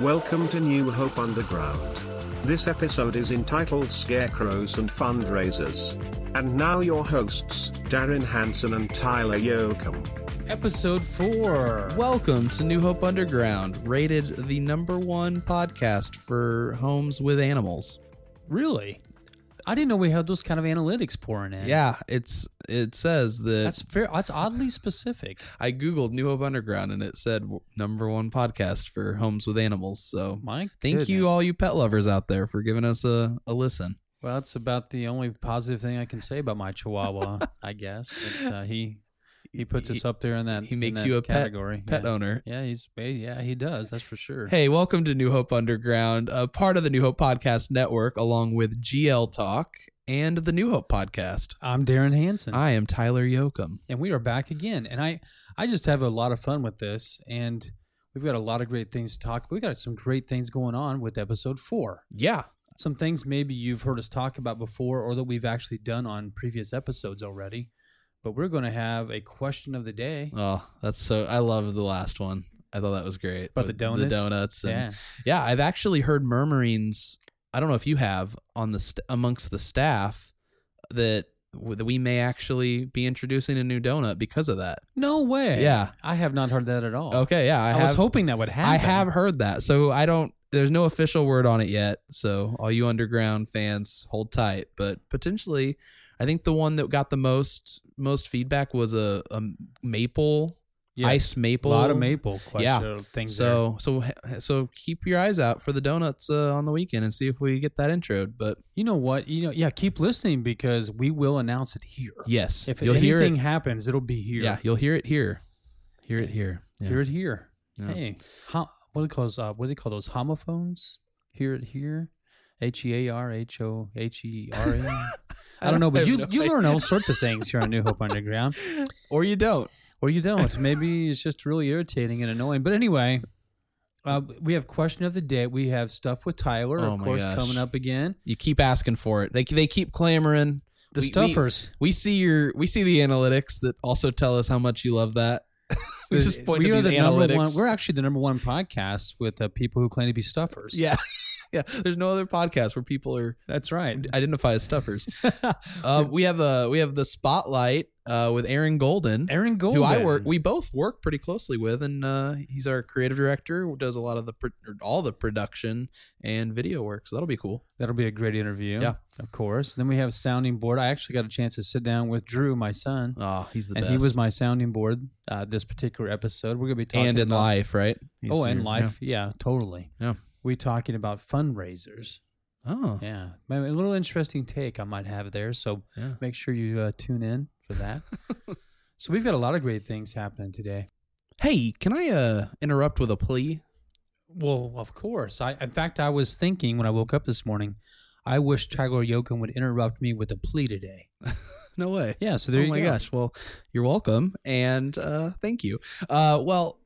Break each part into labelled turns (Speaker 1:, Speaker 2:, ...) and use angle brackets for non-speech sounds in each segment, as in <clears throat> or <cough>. Speaker 1: Welcome to New Hope Underground. This episode is entitled Scarecrows and Fundraisers. And now your hosts, Darren Hanson and Tyler Yoakum.
Speaker 2: Episode 4.
Speaker 3: Welcome to New Hope Underground, rated the number one podcast for homes with animals.
Speaker 2: Really? I didn't know we had those kind of analytics pouring in.
Speaker 3: Yeah, it's it says that
Speaker 2: That's fair. That's oddly specific.
Speaker 3: I googled New Hope Underground and it said w- number one podcast for homes with animals. So
Speaker 2: Mike,
Speaker 3: thank you all you pet lovers out there for giving us a, a listen.
Speaker 2: Well, that's about the only positive thing I can say about my Chihuahua, I guess. But, uh, he he puts us up there in that
Speaker 3: he
Speaker 2: in
Speaker 3: makes
Speaker 2: that
Speaker 3: you a pet-
Speaker 2: category.
Speaker 3: Pet
Speaker 2: yeah.
Speaker 3: owner.
Speaker 2: yeah, he's yeah he does. That's for sure.
Speaker 3: Hey, welcome to New Hope Underground, a part of the New Hope Podcast Network, along with GL Talk and the New Hope Podcast.
Speaker 2: I'm Darren Hanson.
Speaker 3: I am Tyler Yoakum.
Speaker 2: and we are back again. And I, I just have a lot of fun with this, and we've got a lot of great things to talk. We've got some great things going on with episode four.
Speaker 3: Yeah,
Speaker 2: Some things maybe you've heard us talk about before, or that we've actually done on previous episodes already. But we're going to have a question of the day.
Speaker 3: Oh, that's so. I love the last one. I thought that was great.
Speaker 2: About the
Speaker 3: With
Speaker 2: donuts?
Speaker 3: The donuts. And, yeah.
Speaker 2: yeah,
Speaker 3: I've actually heard murmurings. I don't know if you have on the st- amongst the staff that w- that we may actually be introducing a new donut because of that.
Speaker 2: no way.
Speaker 3: Yeah.
Speaker 2: I have not heard that at all.
Speaker 3: Okay. Yeah. I,
Speaker 2: Oh, I,
Speaker 3: have,
Speaker 2: was hoping that would happen.
Speaker 3: I have heard that. So I don't. There's no official word on it yet. So all you underground fans, hold tight. But potentially, I think the one that got the most most feedback was a, a maple
Speaker 2: Yes,
Speaker 3: ice
Speaker 2: a
Speaker 3: maple.
Speaker 2: lot of maple question
Speaker 3: Yeah.
Speaker 2: or things. there.
Speaker 3: So so so keep your eyes out for the donuts uh, on the weekend and see if we get that introed. But
Speaker 2: you know what? You know, yeah. Keep listening because we will announce it here.
Speaker 3: yes,
Speaker 2: If
Speaker 3: you'll
Speaker 2: anything
Speaker 3: hear it.
Speaker 2: happens, it'll be here.
Speaker 3: Yeah, you'll hear it here. Hear it here. Yeah.
Speaker 2: Hear it here.
Speaker 3: Yeah.
Speaker 2: Hey, ho- what do they call those? Uh, what do they call those homophones? Hear it here. H e a r h o h e r n.
Speaker 3: <laughs>
Speaker 2: I don't know, but
Speaker 3: have
Speaker 2: you
Speaker 3: no
Speaker 2: you
Speaker 3: idea.
Speaker 2: learn all sorts of things here on New Hope Underground,
Speaker 3: or you don't.
Speaker 2: or you don't. Maybe it's just really irritating and annoying. But anyway, uh, we have question of the day. We have stuff with Tyler,
Speaker 3: Oh
Speaker 2: of
Speaker 3: my
Speaker 2: course,
Speaker 3: gosh.
Speaker 2: coming up again.
Speaker 3: You keep asking for it. They they keep clamoring.
Speaker 2: The
Speaker 3: We-
Speaker 2: <laughs>
Speaker 3: we-
Speaker 2: stuffers.
Speaker 3: We see your we see the analytics that also tell us how much you love that. <laughs> we just point to
Speaker 2: are
Speaker 3: these
Speaker 2: the number
Speaker 3: analytics.
Speaker 2: one. We're actually the number one podcast with uh, people who claim to be stuffers.
Speaker 3: <laughs> yeah. Yeah, there's no other podcast where people are
Speaker 2: that's right.
Speaker 3: identify
Speaker 2: <laughs>
Speaker 3: as stuffers. uh, we have a we have the spotlight uh, with Aaron Golden.
Speaker 2: Aaron Gold,
Speaker 3: who I work, we both work pretty closely with, and uh, he's our creative director. Who does a lot of the pro- or all the production and video work, so that'll be cool.
Speaker 2: That'll be a great interview.
Speaker 3: Yeah.
Speaker 2: Of course. Then we have sounding board. I actually got a chance to sit down with Drew, my son.
Speaker 3: Oh, he's the
Speaker 2: and
Speaker 3: best.
Speaker 2: he was my sounding board uh, this particular episode. We're gonna be talking
Speaker 3: and in
Speaker 2: about,
Speaker 3: life, right? He's
Speaker 2: Oh, and
Speaker 3: your-
Speaker 2: life. Yeah. totally.
Speaker 3: Yeah.
Speaker 2: We're talking about fundraisers.
Speaker 3: yeah. Oh,
Speaker 2: Yeah. Maybe A little interesting take I might have there. So
Speaker 3: Yeah.
Speaker 2: make sure you uh, tune in for <laughs> that. so we've got a lot of great things happening today.
Speaker 3: hey, can I uh, interrupt with a plea? <laughs>
Speaker 2: Well, of course. I in fact I was thinking when I woke up this morning, I wish Tyler Yoakum would interrupt me with a plea today.
Speaker 3: No way.
Speaker 2: Yeah, so there
Speaker 3: oh
Speaker 2: you
Speaker 3: my
Speaker 2: go.
Speaker 3: gosh. Well, you're welcome, and uh, thank you. Uh, well,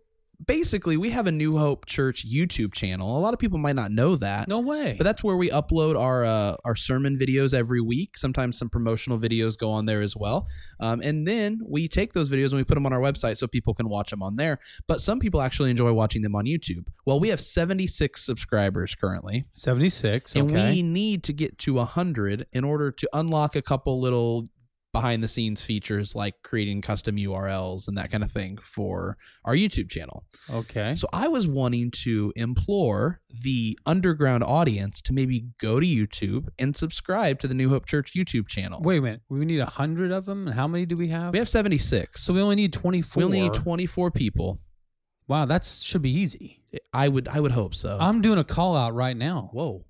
Speaker 3: basically, we have a New Hope Church YouTube channel. A lot of people might not know that.
Speaker 2: No way.
Speaker 3: But that's where we upload our uh, our sermon videos every week. Sometimes some promotional videos go on there as well. Um, and then we take those videos and we put them on our website so people can watch them on there. But some people actually enjoy watching them on YouTube. Well, we have 76 subscribers currently,
Speaker 2: 76.
Speaker 3: and
Speaker 2: okay.
Speaker 3: we need to get to 100 in order to unlock a couple little behind the scenes features like creating custom URLs and that kind of thing for our YouTube channel.
Speaker 2: okay.
Speaker 3: So I was wanting to implore the underground audience to maybe go to YouTube and subscribe to the New Hope Church YouTube channel.
Speaker 2: Wait a minute. We need 100 of them. And how many do we have?
Speaker 3: We have 76.
Speaker 2: so we only need 24.
Speaker 3: we only need 24 people.
Speaker 2: Wow, that should be easy.
Speaker 3: I would I would hope so.
Speaker 2: I'm doing a call out right now. Whoa.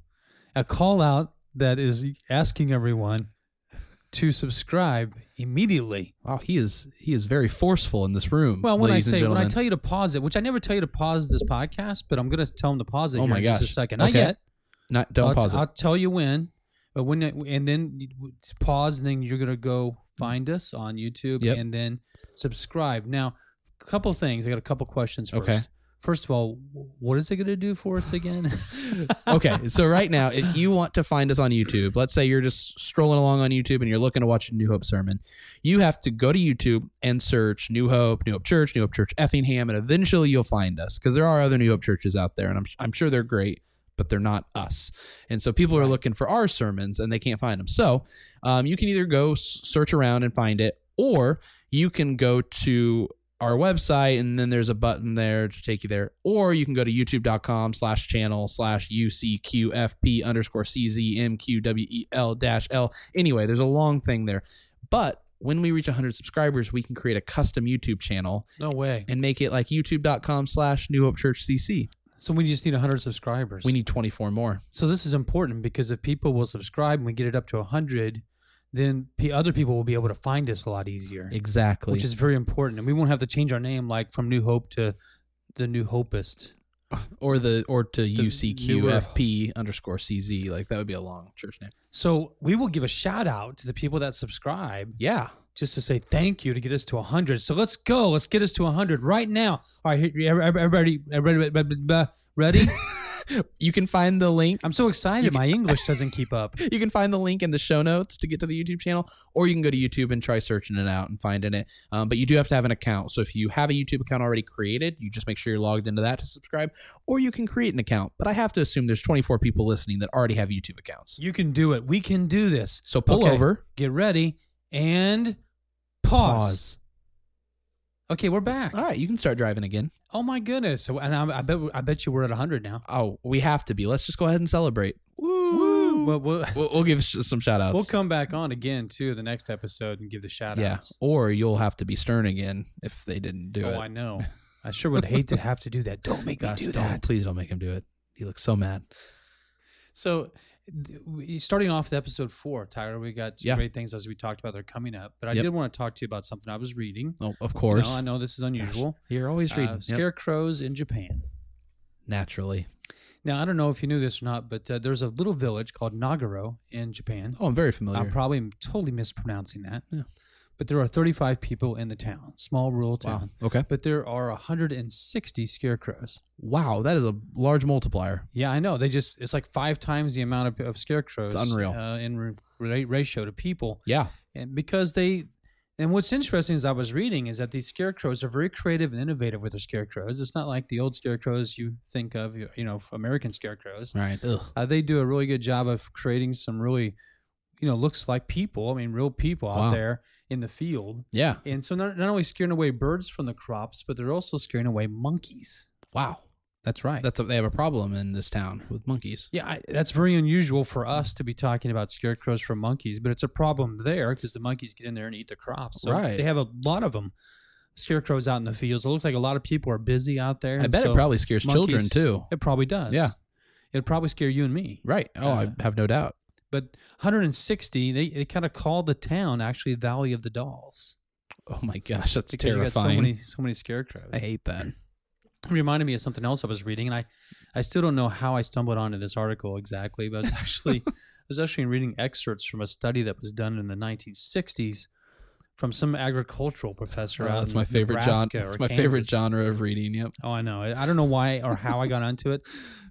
Speaker 2: A call out that is asking everyone to subscribe immediately.
Speaker 3: wow, he is he is very forceful in this room.
Speaker 2: Well, when I
Speaker 3: ladies and
Speaker 2: say when I
Speaker 3: gentlemen.
Speaker 2: tell you to pause it, which I never tell you to pause this podcast, but I'm going to tell them to pause it
Speaker 3: Oh
Speaker 2: here
Speaker 3: my
Speaker 2: in just
Speaker 3: gosh.
Speaker 2: a second. Not
Speaker 3: Okay.
Speaker 2: yet.
Speaker 3: not don't
Speaker 2: I'll,
Speaker 3: pause
Speaker 2: I'll
Speaker 3: it.
Speaker 2: tell you when, but when it- and then you- pause, and then you're gonna go find us on YouTube
Speaker 3: Yep.
Speaker 2: and then subscribe. Now, a couple things. I got a couple questions first.
Speaker 3: Okay.
Speaker 2: First of all, wh- what is it going to do for us
Speaker 3: <laughs>
Speaker 2: again?
Speaker 3: okay, so right now, if you want to find us on YouTube, let's say you're just strolling along on YouTube and you're looking to watch a New Hope sermon, you have to go to YouTube and search New Hope, New Hope Church, New Hope Church Effingham, and eventually you'll find us because there are other New Hope churches out there, and I'm, I'm sure they're great, but they're not us. And so people are looking for our sermons and they can't find them. So um, you can either go s- search around and find it, or you can go to our website and then there's a button there to take you there or you can go to youtube.com slash channel slash ucqfp underscore czmqwel dash E l anyway there's a long thing there but when we reach 100 subscribers we can create a custom youtube channel
Speaker 2: no way.
Speaker 3: and make it like youtube.com slash new hope church cc
Speaker 2: So we just need 100 subscribers.
Speaker 3: we need 24 more
Speaker 2: so this is important because if people will subscribe and we get it up to 100, then p- other people will be able to find us a lot easier,
Speaker 3: exactly
Speaker 2: which is very important. And we won't have to change our name like from New Hope to the New Hopist.
Speaker 3: or the or to
Speaker 2: newer-
Speaker 3: ucqfp underscore cz like that would be a long church name
Speaker 2: So we will give a shout out to the people that subscribe
Speaker 3: yeah
Speaker 2: just to say thank you to get us to 100. So let's go. Let's get us to 100 right now. All right, here, everybody, everybody, everybody
Speaker 3: <laughs>
Speaker 2: ready?
Speaker 3: <laughs> you can find the link
Speaker 2: I'm so excited. My English doesn't keep up.
Speaker 3: you can find the link in the show notes to get to the YouTube channel, or you can go to YouTube and try searching it out and finding it. Um, but you do have to have an account. So if you have a YouTube account already created, you just make sure you're logged into that to subscribe, or you can create an account. But I have to assume there's 24 people listening that already have YouTube accounts.
Speaker 2: You can do it. We can do this.
Speaker 3: So pull
Speaker 2: Okay,
Speaker 3: over,
Speaker 2: Get ready and pause. Okay, we're back.
Speaker 3: All right, you can start driving again.
Speaker 2: Oh my goodness! So, and I, I bet I bet you we're at 100 now.
Speaker 3: Oh, we have to be. Let's just go ahead and celebrate.
Speaker 2: Woo! Well, we'll,
Speaker 3: We'll, we'll give sh- some shout outs.
Speaker 2: we'll come back on again to the next episode and give the shout
Speaker 3: yeah,
Speaker 2: outs.
Speaker 3: or you'll have to be stern again if they didn't do
Speaker 2: oh,
Speaker 3: it.
Speaker 2: I know. I sure would hate to have to do that. Don't make
Speaker 3: Gosh,
Speaker 2: me do
Speaker 3: don't-
Speaker 2: that.
Speaker 3: Please don't make him do it. He looks so mad.
Speaker 2: So, th- we- starting off with episode four, Tyler, we got some
Speaker 3: Yeah.
Speaker 2: great things as we talked about that are coming up. But I
Speaker 3: Yep.
Speaker 2: did want to talk to you about something I was reading.
Speaker 3: Oh, of
Speaker 2: You know,
Speaker 3: course.
Speaker 2: I know this is unusual.
Speaker 3: You're always
Speaker 2: Uh, scarecrows in Japan.
Speaker 3: naturally.
Speaker 2: Now, I don't know if you knew this or not, but uh, there's a little village called Nagaro in Japan.
Speaker 3: Oh, I'm very familiar.
Speaker 2: I'm probably m- totally mispronouncing that.
Speaker 3: Yeah.
Speaker 2: But there are 35 people in the town, small rural town.
Speaker 3: Okay.
Speaker 2: But there are 160 scarecrows.
Speaker 3: Wow, that is a large multiplier.
Speaker 2: Yeah, I know. They just, it's like five times the amount of, of scarecrows.
Speaker 3: It's unreal.
Speaker 2: Uh, in re- re- ratio to people.
Speaker 3: Yeah.
Speaker 2: and because they and what's interesting is I was reading is that these scarecrows are very creative and innovative with their scarecrows. It's not like the old scarecrows you think of, you you know, American scarecrows.
Speaker 3: Right. Ugh.
Speaker 2: Uh, they do a really good job of creating some really, you know, looks like people. I mean, real people out
Speaker 3: Wow.
Speaker 2: there in the field.
Speaker 3: Yeah.
Speaker 2: And so they're not only scaring away birds from the crops, but they're also scaring away monkeys.
Speaker 3: Wow.
Speaker 2: That's right.
Speaker 3: That's a, they have a problem in this town with monkeys.
Speaker 2: Yeah, I, that's very unusual for us to be talking about scarecrows for monkeys, but it's a problem there because the monkeys get in there and eat the crops. So
Speaker 3: Right.
Speaker 2: They have a lot of them, scarecrows out in the fields. It looks like a lot of people are busy out there.
Speaker 3: I
Speaker 2: and
Speaker 3: bet
Speaker 2: so
Speaker 3: it probably scares children
Speaker 2: monkeys-
Speaker 3: too.
Speaker 2: It probably does.
Speaker 3: Yeah.
Speaker 2: It'd probably scare you and me.
Speaker 3: Right. Oh,
Speaker 2: Uh,
Speaker 3: I have no doubt.
Speaker 2: But 160, they, they kind of call the town actually Valley of the Dolls.
Speaker 3: Oh my gosh, that's
Speaker 2: because
Speaker 3: terrifying.
Speaker 2: You got so many, so many scarecrows.
Speaker 3: I hate that.
Speaker 2: It reminded me of something else I was reading, and I, I still don't know how I stumbled onto this article exactly, but I
Speaker 3: <laughs>
Speaker 2: was actually, I was actually reading excerpts from a study that was done in the 1960s from some agricultural professor.
Speaker 3: Oh,
Speaker 2: out
Speaker 3: that's
Speaker 2: in
Speaker 3: my favorite genre.
Speaker 2: Nebraska
Speaker 3: That's
Speaker 2: or
Speaker 3: my favorite
Speaker 2: Kansas.
Speaker 3: genre of reading. Yep.
Speaker 2: Oh, I know. I I don't know why or how I got onto it,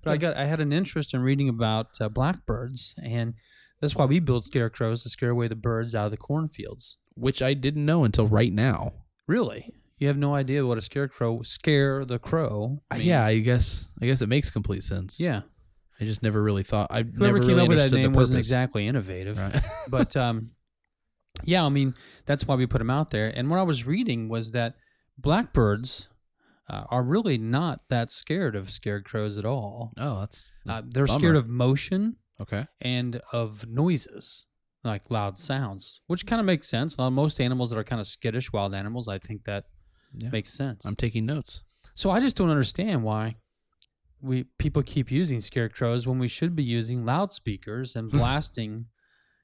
Speaker 2: but I got I had an interest in reading about uh, blackbirds, and that's why we build scarecrows to scare away the birds out of the cornfields.
Speaker 3: Which I didn't know until right now.
Speaker 2: Really, you have no idea what a scarecrow scare the crow.
Speaker 3: I-
Speaker 2: means.
Speaker 3: yeah, I guess I guess it makes complete sense.
Speaker 2: yeah.
Speaker 3: I just never really thought. I
Speaker 2: Whoever
Speaker 3: never
Speaker 2: came
Speaker 3: really
Speaker 2: up with that
Speaker 3: understood the
Speaker 2: name wasn't
Speaker 3: purpose.
Speaker 2: exactly innovative,
Speaker 3: Right.
Speaker 2: <laughs>
Speaker 3: <laughs>
Speaker 2: but um, yeah, I mean that's why we put them out there. And what I was reading was that blackbirds uh, are really not that scared of scarecrows at all.
Speaker 3: Oh, that's
Speaker 2: Uh, they're
Speaker 3: Bummer.
Speaker 2: scared of motion
Speaker 3: okay.
Speaker 2: and of noises, like loud sounds, which kind of makes sense. Uh, most animals that are kind of skittish, wild animals, I think that
Speaker 3: Yeah.
Speaker 2: makes sense.
Speaker 3: I'm taking notes.
Speaker 2: So I just don't understand why we people keep using scarecrows when we should be using loudspeakers
Speaker 3: <laughs>
Speaker 2: and blasting,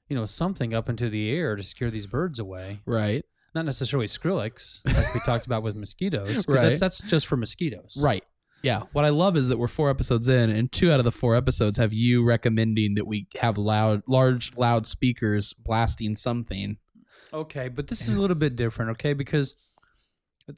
Speaker 2: you know, something up into the air to scare these birds away.
Speaker 3: Right.
Speaker 2: Not necessarily Skrillex, like we talked about with mosquitoes. 'cause
Speaker 3: Right.
Speaker 2: That's, that's just for mosquitoes.
Speaker 3: Right. Yeah. What I love is that we're four episodes in, and two out of the four episodes have you recommending that we have loud, large, loud speakers blasting something.
Speaker 2: Okay, but this is a little bit different. Okay, because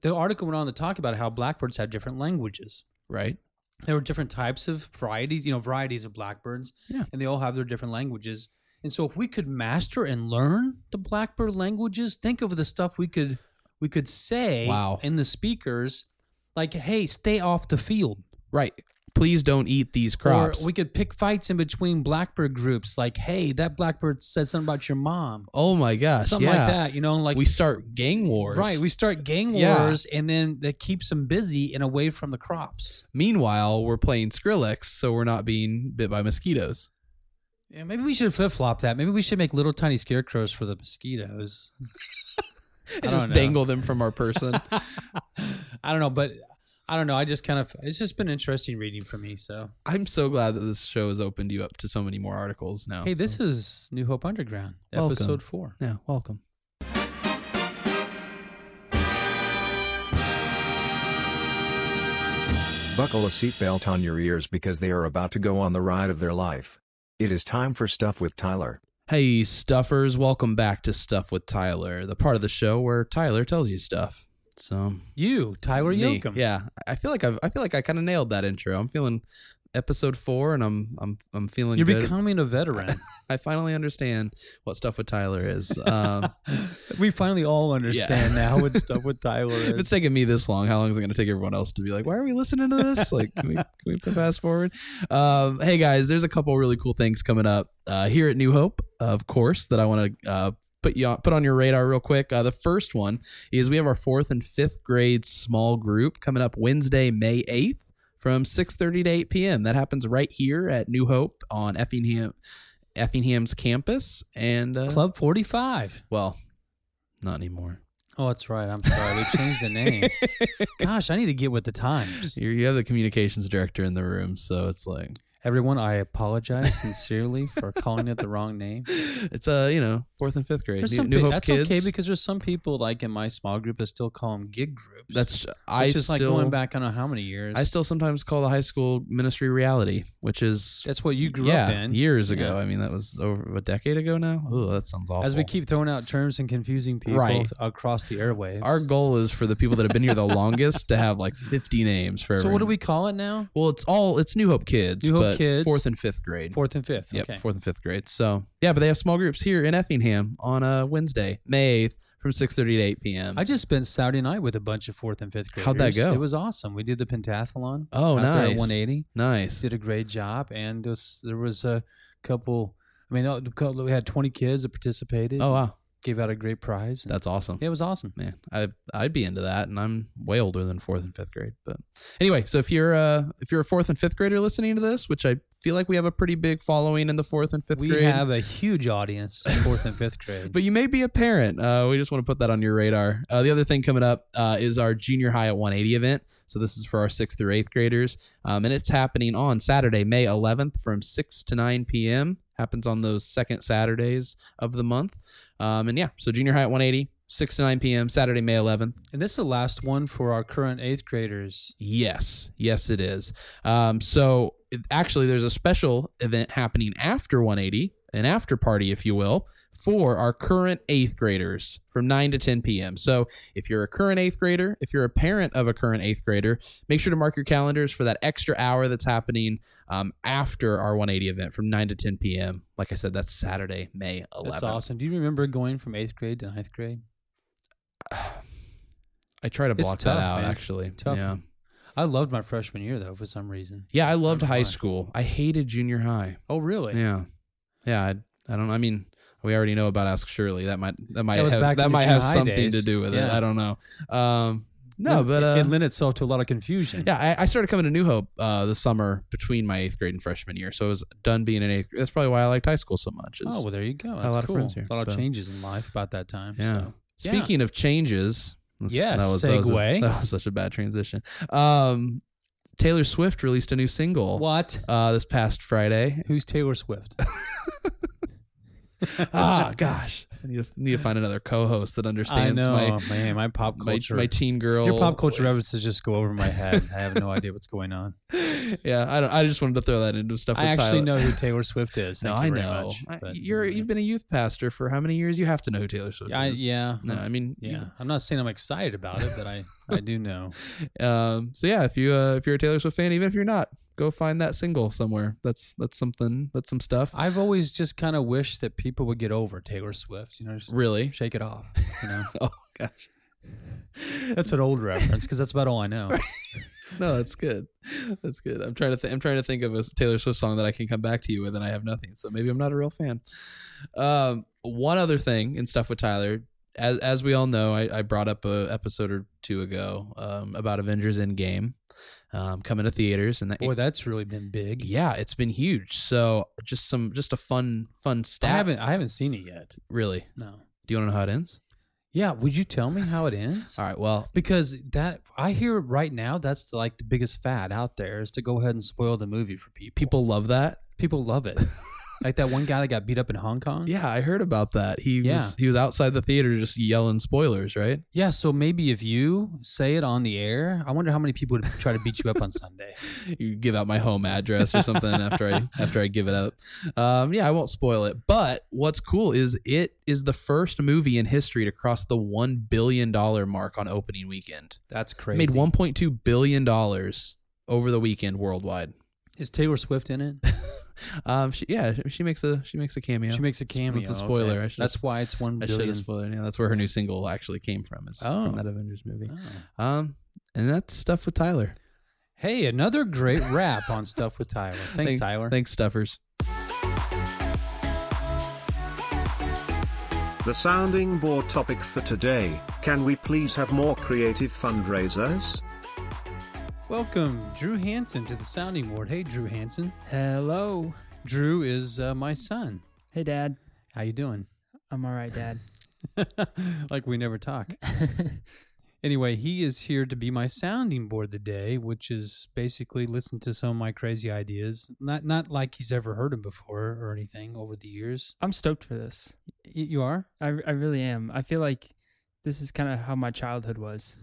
Speaker 2: the article went on to talk about how blackbirds have different languages.
Speaker 3: right?
Speaker 2: there were different types of varieties, you know, varieties of blackbirds,
Speaker 3: Yeah.
Speaker 2: and they all have their different languages. And so, if we could master and learn the blackbird languages, think of the stuff we could we could say
Speaker 3: Wow.
Speaker 2: in the speakers, like, "Hey, stay off the field."
Speaker 3: Right. Please don't eat these crops.
Speaker 2: Or we could pick fights in between blackbird groups, like, "Hey, that blackbird said something about your mom,"
Speaker 3: oh my gosh.
Speaker 2: something
Speaker 3: yeah.
Speaker 2: like that. You know, like
Speaker 3: we start gang wars.
Speaker 2: right, we start gang
Speaker 3: Yeah.
Speaker 2: wars, and then that keeps them busy and away from the crops.
Speaker 3: Meanwhile, we're playing Skrillex, so we're not being bit by mosquitoes.
Speaker 2: <laughs> Yeah, maybe we should flip flop that. Maybe we should make little tiny scarecrows for the <laughs> mosquitoes.
Speaker 3: And
Speaker 2: don't
Speaker 3: just
Speaker 2: know.
Speaker 3: dangle them from our person.
Speaker 2: <laughs> I don't know, but I don't know. I just kind of it's just been interesting reading for me. So
Speaker 3: I'm so glad that this show has opened you up to so many more articles now.
Speaker 2: hey, this is New Hope Underground,
Speaker 3: Welcome.
Speaker 2: episode four.
Speaker 3: Yeah, welcome.
Speaker 4: Buckle a seatbelt on your ears because they are about to go on the ride of their life. It is time for Stuff with Tyler.
Speaker 3: Hey, stuffers, welcome back to Stuff with Tyler, the part of the show where Tyler tells you stuff. So
Speaker 2: You, Tyler
Speaker 3: me.
Speaker 2: Yoakum.
Speaker 3: Yeah, I feel like I've, I feel like I kind of nailed that intro. I'm feeling episode four, and I'm I'm I'm feeling
Speaker 2: You're
Speaker 3: good.
Speaker 2: becoming a veteran.
Speaker 3: I finally understand what stuff with Tyler is.
Speaker 2: <laughs>
Speaker 3: Um,
Speaker 2: <laughs> we finally all understand now what stuff with <laughs> Tyler
Speaker 3: if
Speaker 2: is.
Speaker 3: it's taking me this long, how long is it going to take everyone else to be like, why are we listening to this? Like, can we, can we fast forward? Um, hey, guys, there's a couple really cool things coming up uh, here at New Hope, of course, that I want to uh, put you on, put on your radar real quick. Uh, the first one is we have our fourth and fifth grade small group coming up Wednesday, May 8th from 6.30 to 8 p.m. That happens right here at New Hope on Effingham, Effingham's campus. And, uh,
Speaker 2: Club 45.
Speaker 3: well, not anymore.
Speaker 2: Oh, that's right. I'm sorry. We changed the <laughs> name. Gosh, I need to get with the times.
Speaker 3: you you have the communications director in the room, so it's like
Speaker 2: Everyone, I apologize sincerely for calling it the wrong name.
Speaker 3: it's uh, you know fourth and fifth grade
Speaker 2: There's
Speaker 3: new,
Speaker 2: some
Speaker 3: New
Speaker 2: pe-
Speaker 3: Hope
Speaker 2: that's
Speaker 3: kids.
Speaker 2: okay because there's some people like in my small group that still call them gig groups.
Speaker 3: that's I
Speaker 2: It's just
Speaker 3: still
Speaker 2: like going back. I don't know how many years.
Speaker 3: I still sometimes call the high school ministry reality, which is
Speaker 2: That's what you grew
Speaker 3: yeah
Speaker 2: up in.
Speaker 3: years ago.
Speaker 2: Yeah.
Speaker 3: I mean that was over a decade ago now. Oh, that sounds awful.
Speaker 2: As we keep throwing out terms and confusing people
Speaker 3: Right.
Speaker 2: across the airwaves.
Speaker 3: our goal is for the people that have been here the longest to have like 50 names for.
Speaker 2: so what do
Speaker 3: everyone.
Speaker 2: we call it now?
Speaker 3: Well, it's all it's New Hope kids.
Speaker 2: New Hope
Speaker 3: but
Speaker 2: kids.
Speaker 3: fourth and fifth grade.
Speaker 2: Fourth and fifth.
Speaker 3: Yep,
Speaker 2: okay.
Speaker 3: fourth and fifth grade. So yeah, but they have small groups here in Effingham on a Wednesday, May eighth, from six thirty to eight p.m.
Speaker 2: I just spent Saturday night with a bunch of fourth and fifth graders.
Speaker 3: How'd that go?
Speaker 2: It was awesome. We did the pentathlon.
Speaker 3: Oh,
Speaker 2: out there at
Speaker 3: nice.
Speaker 2: 180.
Speaker 3: nice.
Speaker 2: Did a great job, and this- there was a couple. I mean, a couple- we had 20 kids that participated.
Speaker 3: Oh wow,
Speaker 2: gave out a great prize. and-
Speaker 3: that's awesome.
Speaker 2: yeah, it was awesome.
Speaker 3: Man, I I'd be into that, and I'm way older than fourth and fifth grade. But anyway, so if you're uh if you're a fourth and fifth grader listening to this, which I feel like we have a pretty big following in the fourth and fifth
Speaker 2: we
Speaker 3: grade,
Speaker 2: have a huge audience in fourth and fifth grade.
Speaker 3: but you may be a parent. Uh, we just want to put that on your radar. Uh, the other thing coming up uh, is our junior high at 180 event. So this is for our sixth through eighth graders, um, and it's happening on Saturday, May 11th, from 6 to 9 p.m. Happens on those second Saturdays of the month. Um, and yeah, so junior high at 180, 6 to 9 p.m. Saturday, May 11th.
Speaker 2: and this is the last one for our current eighth graders.
Speaker 3: Yes, yes, it is. Um, so it- actually, there's a special event happening after 180, an after party, if you will, for our current eighth graders from 9 to 10 p.m. So if you're a current eighth grader, if you're a parent of a current eighth grader, make sure to mark your calendars for that extra hour that's happening um, after our 180 event from 9 to 10 p.m. Like I said, that's Saturday, May 11th.
Speaker 2: That's awesome. Do you remember going from eighth grade to ninth grade?
Speaker 3: I try to
Speaker 2: It's
Speaker 3: block
Speaker 2: tough,
Speaker 3: that out,
Speaker 2: man.
Speaker 3: actually.
Speaker 2: Tough.
Speaker 3: Yeah.
Speaker 2: I loved my freshman year though, for some reason.
Speaker 3: Yeah, I loved
Speaker 2: Remember
Speaker 3: high
Speaker 2: why.
Speaker 3: school. I hated junior high.
Speaker 2: Oh, really?
Speaker 3: Yeah, yeah. I, I don't. I mean, we already know about Ask Shirley. That might that might
Speaker 2: was
Speaker 3: have
Speaker 2: back in
Speaker 3: that
Speaker 2: the
Speaker 3: might have
Speaker 2: junior high
Speaker 3: something to
Speaker 2: days.
Speaker 3: do with it.
Speaker 2: Yeah.
Speaker 3: I don't know. Um, no,
Speaker 2: It-
Speaker 3: but
Speaker 2: it,
Speaker 3: uh,
Speaker 2: lent itself to a lot of confusion.
Speaker 3: yeah, I, I started coming to New Hope uh, this summer between my eighth grade and freshman year. So I was done being in eighth. That's probably why I liked high school so much. is-
Speaker 2: Oh, well, there you go.
Speaker 3: a
Speaker 2: That's
Speaker 3: lot of
Speaker 2: cool.
Speaker 3: friends here,
Speaker 2: a lot of
Speaker 3: but-
Speaker 2: changes in life about that time.
Speaker 3: yeah.
Speaker 2: so. Yeah.
Speaker 3: Speaking of changes, that's-
Speaker 2: Yes,
Speaker 3: a-
Speaker 2: segue.
Speaker 3: that was such a bad transition. Um, Taylor Swift released a new single.
Speaker 2: What? <laughs>
Speaker 3: Uh, this past Friday,
Speaker 2: Who's Taylor Swift?
Speaker 3: ah, gosh. I need to, need to find another co-host that
Speaker 2: I
Speaker 3: understands
Speaker 2: know, Oh,
Speaker 3: my,
Speaker 2: man. My pop
Speaker 3: my
Speaker 2: culture,
Speaker 3: my teen girl.
Speaker 2: your pop culture
Speaker 3: voice.
Speaker 2: references just go over my head. I have
Speaker 3: <laughs>
Speaker 2: no idea what's going on.
Speaker 3: yeah, I don't, I just wanted to throw that into stuff. With
Speaker 2: I actually
Speaker 3: Tyler.
Speaker 2: know who Taylor Swift is.
Speaker 3: No,
Speaker 2: Thank
Speaker 3: I
Speaker 2: you very
Speaker 3: know.
Speaker 2: much,
Speaker 3: I-
Speaker 2: but-
Speaker 3: You're you've been a youth pastor for how many years? You have to know who Taylor Swift
Speaker 2: I,
Speaker 3: is.
Speaker 2: yeah,
Speaker 3: No, I mean, you-
Speaker 2: yeah. I'm not saying I'm excited about it, but <laughs> I, I do know.
Speaker 3: Um, so yeah, if you uh, if you're a Taylor Swift fan, even if you're not, go find that single somewhere. That's that's something. That's some stuff.
Speaker 2: I've always just kind of wished that people would get over Taylor Swift. You know, just
Speaker 3: Really? <laughs>
Speaker 2: shake it off. You know,
Speaker 3: Oh gosh,
Speaker 2: <laughs> that's an old reference because that's about all I know.
Speaker 3: no, that's good. That's good. I'm trying to th- I'm trying to think of a Taylor Swift song that I can come back to you with, and I have nothing. So maybe I'm not a real fan. Um, one other thing in stuff with Tyler, as as we all know, I, I brought up a episode or two ago um, about Avengers Endgame um, coming to theaters, and that
Speaker 2: Boy, that's really been big.
Speaker 3: yeah, it's been huge. So just some just a fun fun
Speaker 2: I
Speaker 3: stat.
Speaker 2: haven't, I haven't seen it yet.
Speaker 3: really.
Speaker 2: No.
Speaker 3: Do you want to know how it ends?
Speaker 2: Yeah, would you tell me how it ends?
Speaker 3: All right. Well,
Speaker 2: Because that I hear right now, that's like the biggest fad out there is to go ahead and spoil the movie for people.
Speaker 3: people love that.
Speaker 2: people love <laughs> it. like that one guy that got beat up in Hong Kong.
Speaker 3: Yeah, I heard about that. He
Speaker 2: Yeah.
Speaker 3: was he was outside the theater just yelling spoilers, right?
Speaker 2: Yeah, so maybe if you say it on the air, I wonder how many people would try to beat you
Speaker 3: <laughs>
Speaker 2: up on Sunday.
Speaker 3: You give out my home address or something after
Speaker 2: <laughs>
Speaker 3: I after I give it up. Um, yeah, I won't spoil it. But what's cool is it is the first movie in history to cross the one billion dollar mark on opening weekend.
Speaker 2: That's
Speaker 3: It
Speaker 2: crazy.
Speaker 3: Made one point two billion dollars over the weekend worldwide.
Speaker 2: Is Taylor Swift in
Speaker 3: <laughs>
Speaker 2: it?
Speaker 3: Um, she, yeah, she makes a she makes a cameo.
Speaker 2: She makes a
Speaker 3: It's- it's
Speaker 2: cameo.
Speaker 3: a spoiler.
Speaker 2: okay.
Speaker 3: I should
Speaker 2: That's why it's one
Speaker 3: I should
Speaker 2: billion.
Speaker 3: have spoiled. it. Yeah, that's where her new single actually came from. Is
Speaker 2: Oh.
Speaker 3: from that Avengers movie.
Speaker 2: Oh.
Speaker 3: Um, and that's stuff with Tyler.
Speaker 2: Hey, another great rap on stuff with
Speaker 3: <laughs>
Speaker 2: Tyler. Thanks,
Speaker 3: Thank-
Speaker 2: Tyler.
Speaker 3: Thanks, Stuffers.
Speaker 1: The sounding board topic for today can we please have more creative fundraisers?
Speaker 2: Welcome, Drew Hansen, to the sounding board. Hey, Drew Hansen.
Speaker 5: Hello.
Speaker 2: Drew is uh, my son.
Speaker 5: Hey, Dad.
Speaker 2: How you doing?
Speaker 5: I'm all right,
Speaker 2: <laughs>
Speaker 5: Dad.
Speaker 2: like we never talk. anyway, he is here to be my sounding board today, which is basically listen to some of my crazy ideas. Not not like he's ever heard them before or anything over the years.
Speaker 5: I'm stoked for this.
Speaker 2: Y- you are?
Speaker 5: I, I really am. I feel like this is kind of how my childhood was.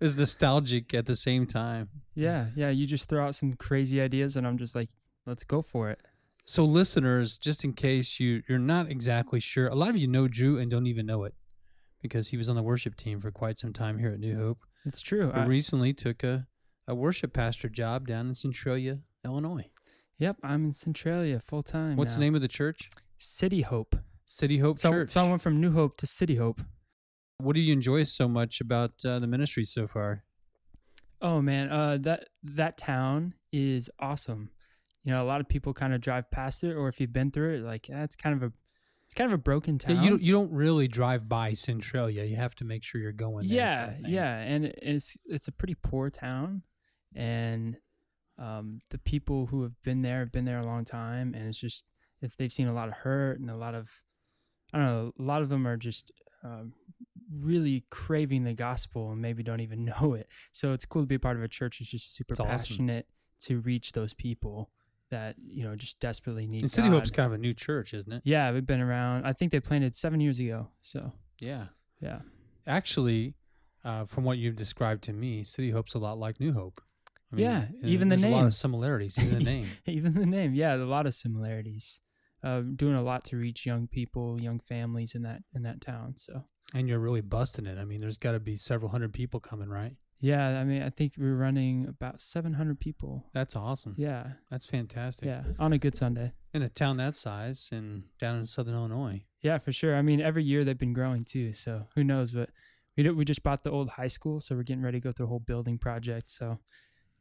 Speaker 2: is nostalgic at the same time.
Speaker 5: Yeah, yeah. You just throw out some crazy ideas, and I'm just like, let's go for it.
Speaker 2: So listeners, just in case you you're not exactly sure, a lot of you know Drew and don't even know it because he was on the worship team for quite some time here at New Hope.
Speaker 5: It's
Speaker 2: He
Speaker 5: true. Oh, I-
Speaker 2: recently took a, a worship pastor job down in Centralia, Illinois.
Speaker 5: yep, I'm in Centralia full time.
Speaker 2: What's the
Speaker 5: now.
Speaker 2: name of the church?
Speaker 5: City Hope.
Speaker 2: City Hope
Speaker 5: So,
Speaker 2: Church.
Speaker 5: so I went from New Hope to City Hope.
Speaker 2: what do you enjoy so much about uh, the ministry so far?
Speaker 5: Oh man, uh, that that town is awesome. You know, a lot of people kind of drive past it, or if you've been through it, like eh, it's kind of a it's kind of a broken
Speaker 2: Yeah,
Speaker 5: town.
Speaker 2: you don't, you don't really drive by Centralia. You have to make sure you're going. There
Speaker 5: yeah,
Speaker 2: kind of thing.
Speaker 5: yeah, and it- it's it's a pretty poor town, and um, the people who have been there have been there a long time, and it's just it's, they've seen a lot of hurt and a lot of I don't know, a lot of them are just um, really craving the gospel and maybe don't even <laughs> know it. So it's cool to be a part of a church that's just super
Speaker 2: It's awesome.
Speaker 5: passionate to reach those people that you know just desperately need.
Speaker 2: And City
Speaker 5: God.
Speaker 2: Hope's kind of a new church, isn't it?
Speaker 5: yeah, we've been around. I think they planted seven years ago. So
Speaker 2: Yeah.
Speaker 5: yeah.
Speaker 2: Actually, uh, from what you've described to me, City Hope's a lot like New Hope. I
Speaker 5: Yeah,
Speaker 2: and
Speaker 5: even the
Speaker 2: there's A lot
Speaker 5: name.
Speaker 2: of similarities
Speaker 5: <laughs>
Speaker 2: in the name.
Speaker 5: even the name yeah a lot of similarities uh, doing a lot to reach young people young families in that in that town so
Speaker 2: and you're really busting it. I mean, there's got to be several hundred people coming, right?
Speaker 5: yeah i mean i think we're running about 700 people
Speaker 2: That's awesome.
Speaker 5: yeah
Speaker 2: Hmm. That's fantastic.
Speaker 5: yeah on a good sunday
Speaker 2: In a town that size and down in southern Illinois.
Speaker 5: yeah for sure i mean every year they've been growing too so who knows but we, did, we just bought the old high school so we're getting ready to go through a whole building project so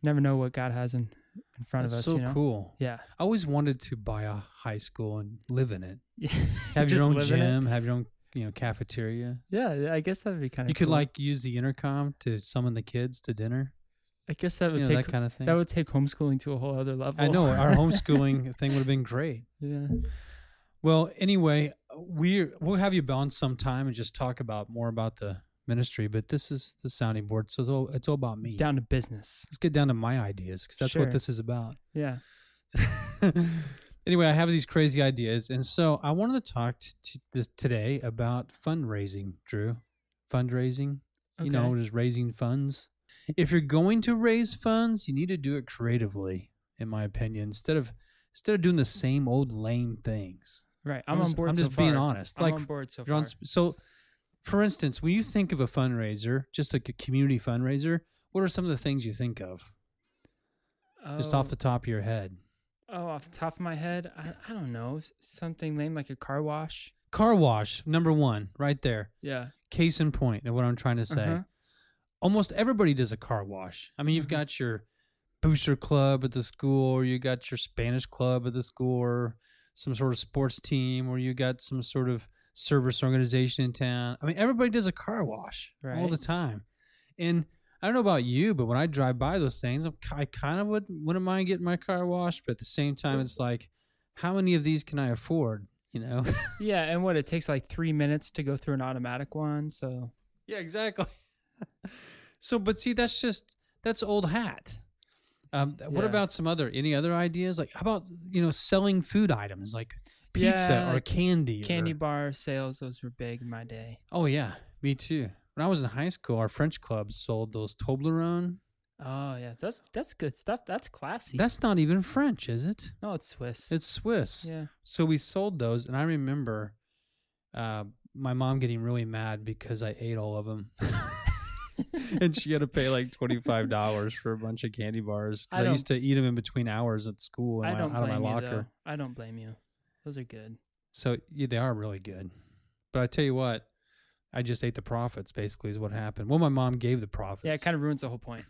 Speaker 5: never know what god has in in front
Speaker 2: That's
Speaker 5: of us
Speaker 2: so
Speaker 5: you know?
Speaker 2: cool.
Speaker 5: yeah <laughs>
Speaker 2: I always wanted to buy a high school and live in it. Have
Speaker 5: have
Speaker 2: your own gym, have your own you know cafeteria.
Speaker 5: yeah i guess that would be kind of
Speaker 2: You could like use the intercom to summon the kids to dinner.
Speaker 5: i guess that
Speaker 2: You
Speaker 5: would
Speaker 2: know,
Speaker 5: take
Speaker 2: that kind of thing.
Speaker 5: That would take homeschooling to a whole other level.
Speaker 2: I know
Speaker 5: <laughs>
Speaker 2: our homeschooling thing would have been great.
Speaker 5: yeah.
Speaker 2: Well, anyway, we're we'll have you on sometime and just talk about more about the ministry. But this is the sounding board, so it's all, it's all about me.
Speaker 5: Down to business.
Speaker 2: Let's get down to my ideas because that's what
Speaker 5: Sure.
Speaker 2: this is about.
Speaker 5: Yeah.
Speaker 2: anyway, I have these crazy ideas, and so I wanted to talk t- t- this today about fundraising, Drew. Fundraising, you know, just raising funds. If you're going to raise funds, you need to do it creatively, in my opinion, instead of instead of doing the same old lame things.
Speaker 5: right. I'm,
Speaker 2: I'm
Speaker 5: on
Speaker 2: just-
Speaker 5: board.
Speaker 2: I'm
Speaker 5: so
Speaker 2: just being
Speaker 5: far.
Speaker 2: honest,
Speaker 5: I'm
Speaker 2: like,
Speaker 5: on board so
Speaker 2: You're
Speaker 5: far.
Speaker 2: on sp- so, for instance, when you think of a fundraiser, just like a community fundraiser, what are some of the things you think of, just off
Speaker 5: Oh,
Speaker 2: the top of your head?
Speaker 5: oh, off the top of my head, I, I don't know s- something lame like a car wash.
Speaker 2: Car wash, number one, right there.
Speaker 5: Yeah.
Speaker 2: Case in point of what I'm trying to say.
Speaker 5: Uh-huh.
Speaker 2: Almost everybody does a car wash. I mean, you've got your booster club at the school, or you got your Spanish club at the school, or some sort of sports team, or you got some sort of service organization in town. I mean, everybody does a car wash all
Speaker 5: Right.
Speaker 2: the time. And I don't know about you, but when I drive by those things, I'm, ki- I kind of would, wouldn't mind getting my car washed. But at the same time, it's like, how many of these can I afford? You know?
Speaker 5: Yeah, and what it takes like three minutes to go through an automatic one. So
Speaker 2: Yeah, exactly. <laughs> so, but see, that's just that's old hat. Um, th- What
Speaker 5: Yeah.
Speaker 2: about some other any other ideas? Like, how about you know selling food items like pizza
Speaker 5: Yeah,
Speaker 2: or
Speaker 5: like
Speaker 2: candy? or-
Speaker 5: candy bar sales, those were big in my day.
Speaker 2: oh yeah, me too. When I was in high school, our French club sold those Toblerone.
Speaker 5: Oh yeah, that's that's good stuff. That's classy.
Speaker 2: That's not even French, is it?
Speaker 5: no, it's Swiss.
Speaker 2: It's Swiss.
Speaker 5: yeah.
Speaker 2: So we sold those, and I remember uh, my mom getting really mad because I ate all of them. <laughs> and she had to pay like twenty five dollars for a bunch of candy bars. 'cause
Speaker 5: I
Speaker 2: I,
Speaker 5: don't-
Speaker 2: used to eat them in between hours at school and
Speaker 5: I
Speaker 2: my- out
Speaker 5: don't
Speaker 2: of my
Speaker 5: blame you
Speaker 2: locker.
Speaker 5: though. I don't blame you. Those are good.
Speaker 2: So yeah, they are really good. But I tell you what, I just ate the profits. Basically, is what happened. Well, my mom gave the profits.
Speaker 5: Yeah, it kind of ruins the whole point.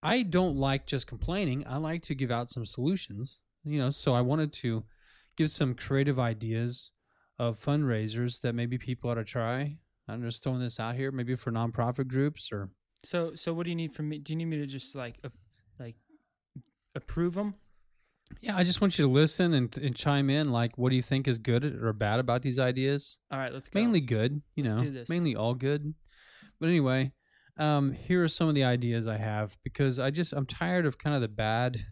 Speaker 2: I don't like just complaining. I like to give out some solutions. You know, so I wanted to give some creative ideas of fundraisers that maybe people ought to try. I'm just throwing this out here, maybe for nonprofit groups or
Speaker 5: So so what do you need from me? Do you need me to just like ap- like approve them?
Speaker 2: Yeah, I just want you to listen and, and chime in. Like, what do you think is good or bad about these ideas?
Speaker 5: All right, let's go.
Speaker 2: Mainly good, you
Speaker 5: Let's
Speaker 2: know,
Speaker 5: do this.
Speaker 2: mainly all good. But anyway, um, here are some of the ideas I have because I just I'm tired of kind of the bad,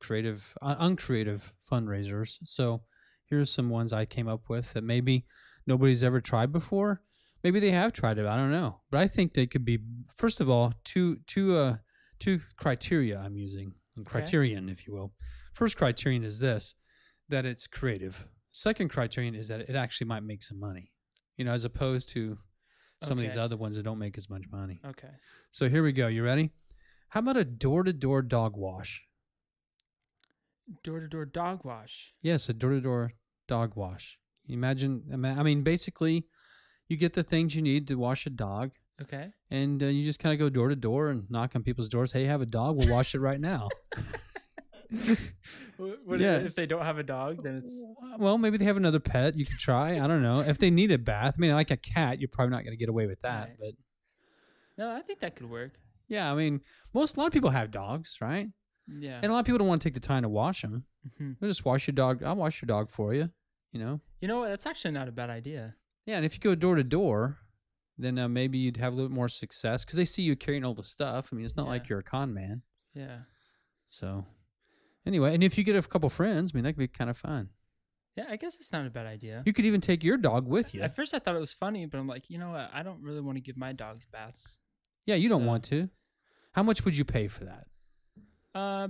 Speaker 2: creative, uh, uncreative fundraisers. So here are some ones I came up with that maybe nobody's ever tried before. Maybe they have tried it. I don't know, but I think they could be. First of all, two two uh two criteria I'm using, criterion, if you will. First criterion is this that it's creative. Second criterion is that it actually might make some money, you know, as opposed to some of these
Speaker 5: Okay.
Speaker 2: other ones that don't make as much money.
Speaker 5: Okay.
Speaker 2: So here we go. You ready? How about a door to door dog wash?
Speaker 5: Door to door dog wash.
Speaker 2: Yes, a door to door dog wash. Imagine, ima- I mean, basically, you get the things you need to wash a dog,
Speaker 5: Okay.
Speaker 2: and uh, you just kind of go door to door and knock on people's doors. Hey, have a dog? We'll wash it right now.
Speaker 5: <laughs> What
Speaker 2: Yeah.
Speaker 5: if they don't have a dog, then it's
Speaker 2: Well, maybe they have another pet you could try. I don't know. If they need a bath, I mean, like a cat, you're probably not going to get away with that.
Speaker 5: Right.
Speaker 2: But
Speaker 5: No, I think that could work.
Speaker 2: yeah, I mean, most, a lot of people have dogs, right?
Speaker 5: Yeah.
Speaker 2: And a lot of people don't want to take the time to wash them.
Speaker 5: Mhm.
Speaker 2: They'll just wash your dog. I'll wash your dog for you, you know?
Speaker 5: You know what? That's actually not a bad idea.
Speaker 2: Yeah, and if you go door to door, then uh, maybe you'd have a little bit more success because they see you carrying all the stuff. I mean, it's not like
Speaker 5: Yeah.
Speaker 2: you're a con man.
Speaker 5: Yeah.
Speaker 2: So, anyway, and if you get a couple friends, I mean, that could be kind of fun.
Speaker 5: Yeah, I guess it's not a bad idea.
Speaker 2: You could even take your dog with you.
Speaker 5: At first, I thought it was funny, but I'm like, you know what? I don't really want to give my dogs baths.
Speaker 2: Yeah, you don't
Speaker 5: So-
Speaker 2: want to. How much would you pay for that?
Speaker 5: Uh,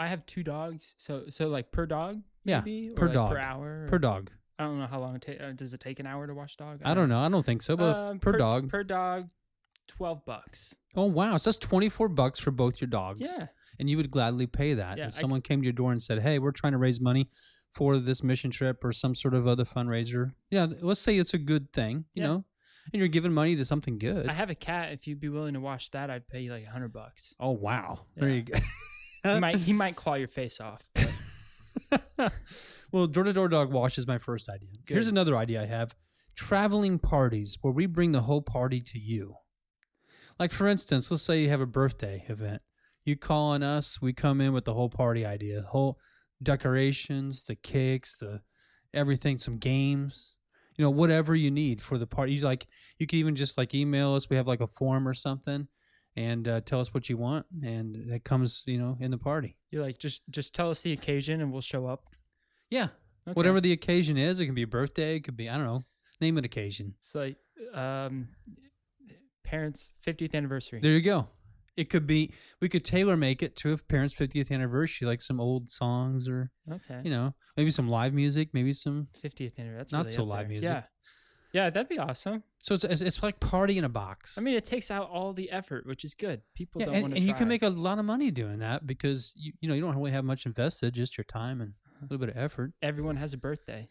Speaker 5: I have two dogs, so so like per dog,
Speaker 2: Yeah,
Speaker 5: maybe or
Speaker 2: per
Speaker 5: like
Speaker 2: dog.
Speaker 5: per hour,
Speaker 2: Per
Speaker 5: or-
Speaker 2: dog.
Speaker 5: I don't know how long it takes. Uh, does it take an hour to wash a dog?
Speaker 2: I don't know. I don't think so, but
Speaker 5: Um,
Speaker 2: per, dog.
Speaker 5: per dog, twelve bucks.
Speaker 2: oh wow, so that's twenty four bucks for both your dogs.
Speaker 5: Yeah,
Speaker 2: and you would gladly pay that.
Speaker 5: Yeah,
Speaker 2: if
Speaker 5: I-
Speaker 2: someone came to your door and said, "Hey, we're trying to raise money for this mission trip or some sort of other fundraiser," yeah, th- let's say it's a good thing, you
Speaker 5: Yeah.
Speaker 2: know, and you're giving money to something good.
Speaker 5: I have a cat. If you'd be willing to wash that, I'd pay you like a
Speaker 2: <laughs>
Speaker 5: hundred bucks.
Speaker 2: oh wow, there
Speaker 5: Yeah.
Speaker 2: you go. <laughs>
Speaker 5: He might he might claw your face off. but-
Speaker 2: well, door to door dog wash is my first idea. Here's
Speaker 5: Good.
Speaker 2: another idea I have traveling parties where we bring the whole party to you. Like, for instance, let's say you have a birthday event. You call on us, we come in with the whole party idea, whole decorations, the cakes, the everything, some games, you know, whatever you need for the party. You like, you can even just like email us. We have like a form or something, and uh, tell us what you want, and it comes, you know, in the party.
Speaker 5: You're like, just just tell us the occasion and we'll show up.
Speaker 2: Yeah.
Speaker 5: Okay.
Speaker 2: Whatever the occasion is, it can be a birthday, it could be I don't know, name an occasion.
Speaker 5: It's like um, parents' 50th anniversary.
Speaker 2: There you go. It could be we could tailor make it to a parent's 50th anniversary, like some old songs or
Speaker 5: okay.
Speaker 2: you know maybe some live music, maybe some.
Speaker 5: 50th anniversary. That's
Speaker 2: Not
Speaker 5: really
Speaker 2: so
Speaker 5: up
Speaker 2: live
Speaker 5: there.
Speaker 2: music.
Speaker 5: Yeah. Yeah, that'd be awesome.
Speaker 2: So it's it's, it's like party in a box.
Speaker 5: I mean, it takes out all the effort, which is good. People
Speaker 2: yeah,
Speaker 5: don't
Speaker 2: and,
Speaker 5: want to
Speaker 2: and you can
Speaker 5: try.
Speaker 2: make a lot of money doing that because you you know you don't really have much invested, just your time and
Speaker 5: Uh-huh.
Speaker 2: a little bit of effort.
Speaker 5: Everyone has a birthday.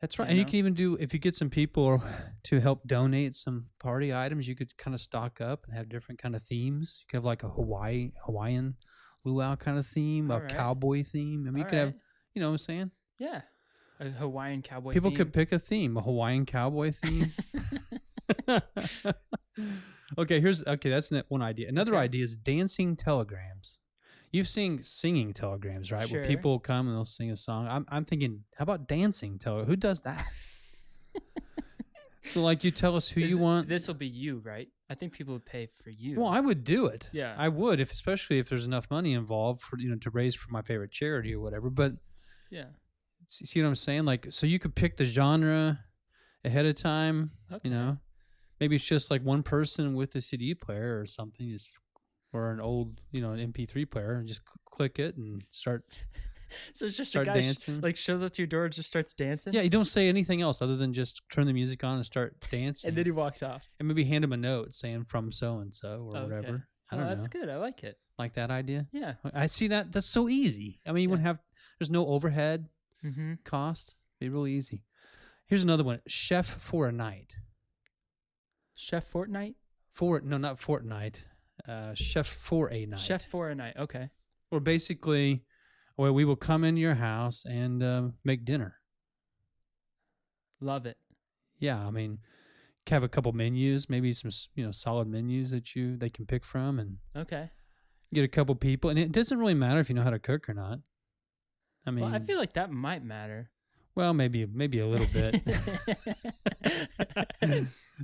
Speaker 2: That's right.
Speaker 5: You
Speaker 2: and you
Speaker 5: know?
Speaker 2: can even do if you get some people <laughs> or to help donate some party items, you could kind of stock up and have different kind of themes. You could have like a Hawaii Hawaiian luau kind of theme, a
Speaker 5: Alright.
Speaker 2: cowboy theme. I mean, you
Speaker 5: All
Speaker 2: could have,
Speaker 5: right.
Speaker 2: you know what I'm saying?
Speaker 5: Yeah. A Hawaiian cowboy.
Speaker 2: people
Speaker 5: theme.
Speaker 2: could pick a theme, a Hawaiian cowboy
Speaker 5: <laughs>
Speaker 2: theme. <laughs> okay, here's okay, that's ne- one idea. Another
Speaker 5: Okay.
Speaker 2: idea is dancing telegrams. You've seen singing telegrams, right? Where
Speaker 5: Sure.
Speaker 2: people come and they'll sing a song. I'm, I'm thinking, how about dancing telegrams? Who does
Speaker 5: <laughs>
Speaker 2: that? so, like, you tell us who
Speaker 5: This-
Speaker 2: you want.
Speaker 5: This will be you, right? I think people would pay for you.
Speaker 2: well, I would do it.
Speaker 5: Yeah.
Speaker 2: I would, if especially if there's enough money involved for you know to raise for my favorite charity or whatever. But
Speaker 5: yeah.
Speaker 2: See see what I'm saying? Like, so you could pick the genre ahead of time.
Speaker 5: Okay.
Speaker 2: You know, maybe it's just like one person with a CD player or something, just or an old, you know, an MP3 player, and just cl- click it and start.
Speaker 5: So it's just
Speaker 2: Start
Speaker 5: a guy sh-
Speaker 2: dancing.
Speaker 5: like shows up to your door and just starts dancing.
Speaker 2: Yeah, you don't say anything else other than just turn the music on and start dancing,
Speaker 5: And then he walks off.
Speaker 2: And maybe hand him a note saying from so and so or
Speaker 5: Okay.
Speaker 2: whatever. I
Speaker 5: Well,
Speaker 2: don't know.
Speaker 5: Oh, That's good. I like it.
Speaker 2: Like that idea.
Speaker 5: Yeah.
Speaker 2: I see that. That's so easy. I mean, you wouldn't have. There's no overhead
Speaker 5: Mm-hmm.
Speaker 2: cost. Be really easy. Here's another one. Chef for a night.
Speaker 5: Chef Fortnite.
Speaker 2: Fort no, not Fortnite. Uh, Chef for a night.
Speaker 5: Chef for a night. Okay.
Speaker 2: Or basically, where we will come into your house and um make dinner.
Speaker 5: Love it.
Speaker 2: Yeah, I mean, have a couple menus, maybe some s- you know solid menus that you they can pick from, and
Speaker 5: Okay.
Speaker 2: get a couple people. And it doesn't really matter if you know how to cook or not. I mean,
Speaker 5: well, I feel like that might matter.
Speaker 2: well, maybe maybe a little
Speaker 5: <laughs>
Speaker 2: bit.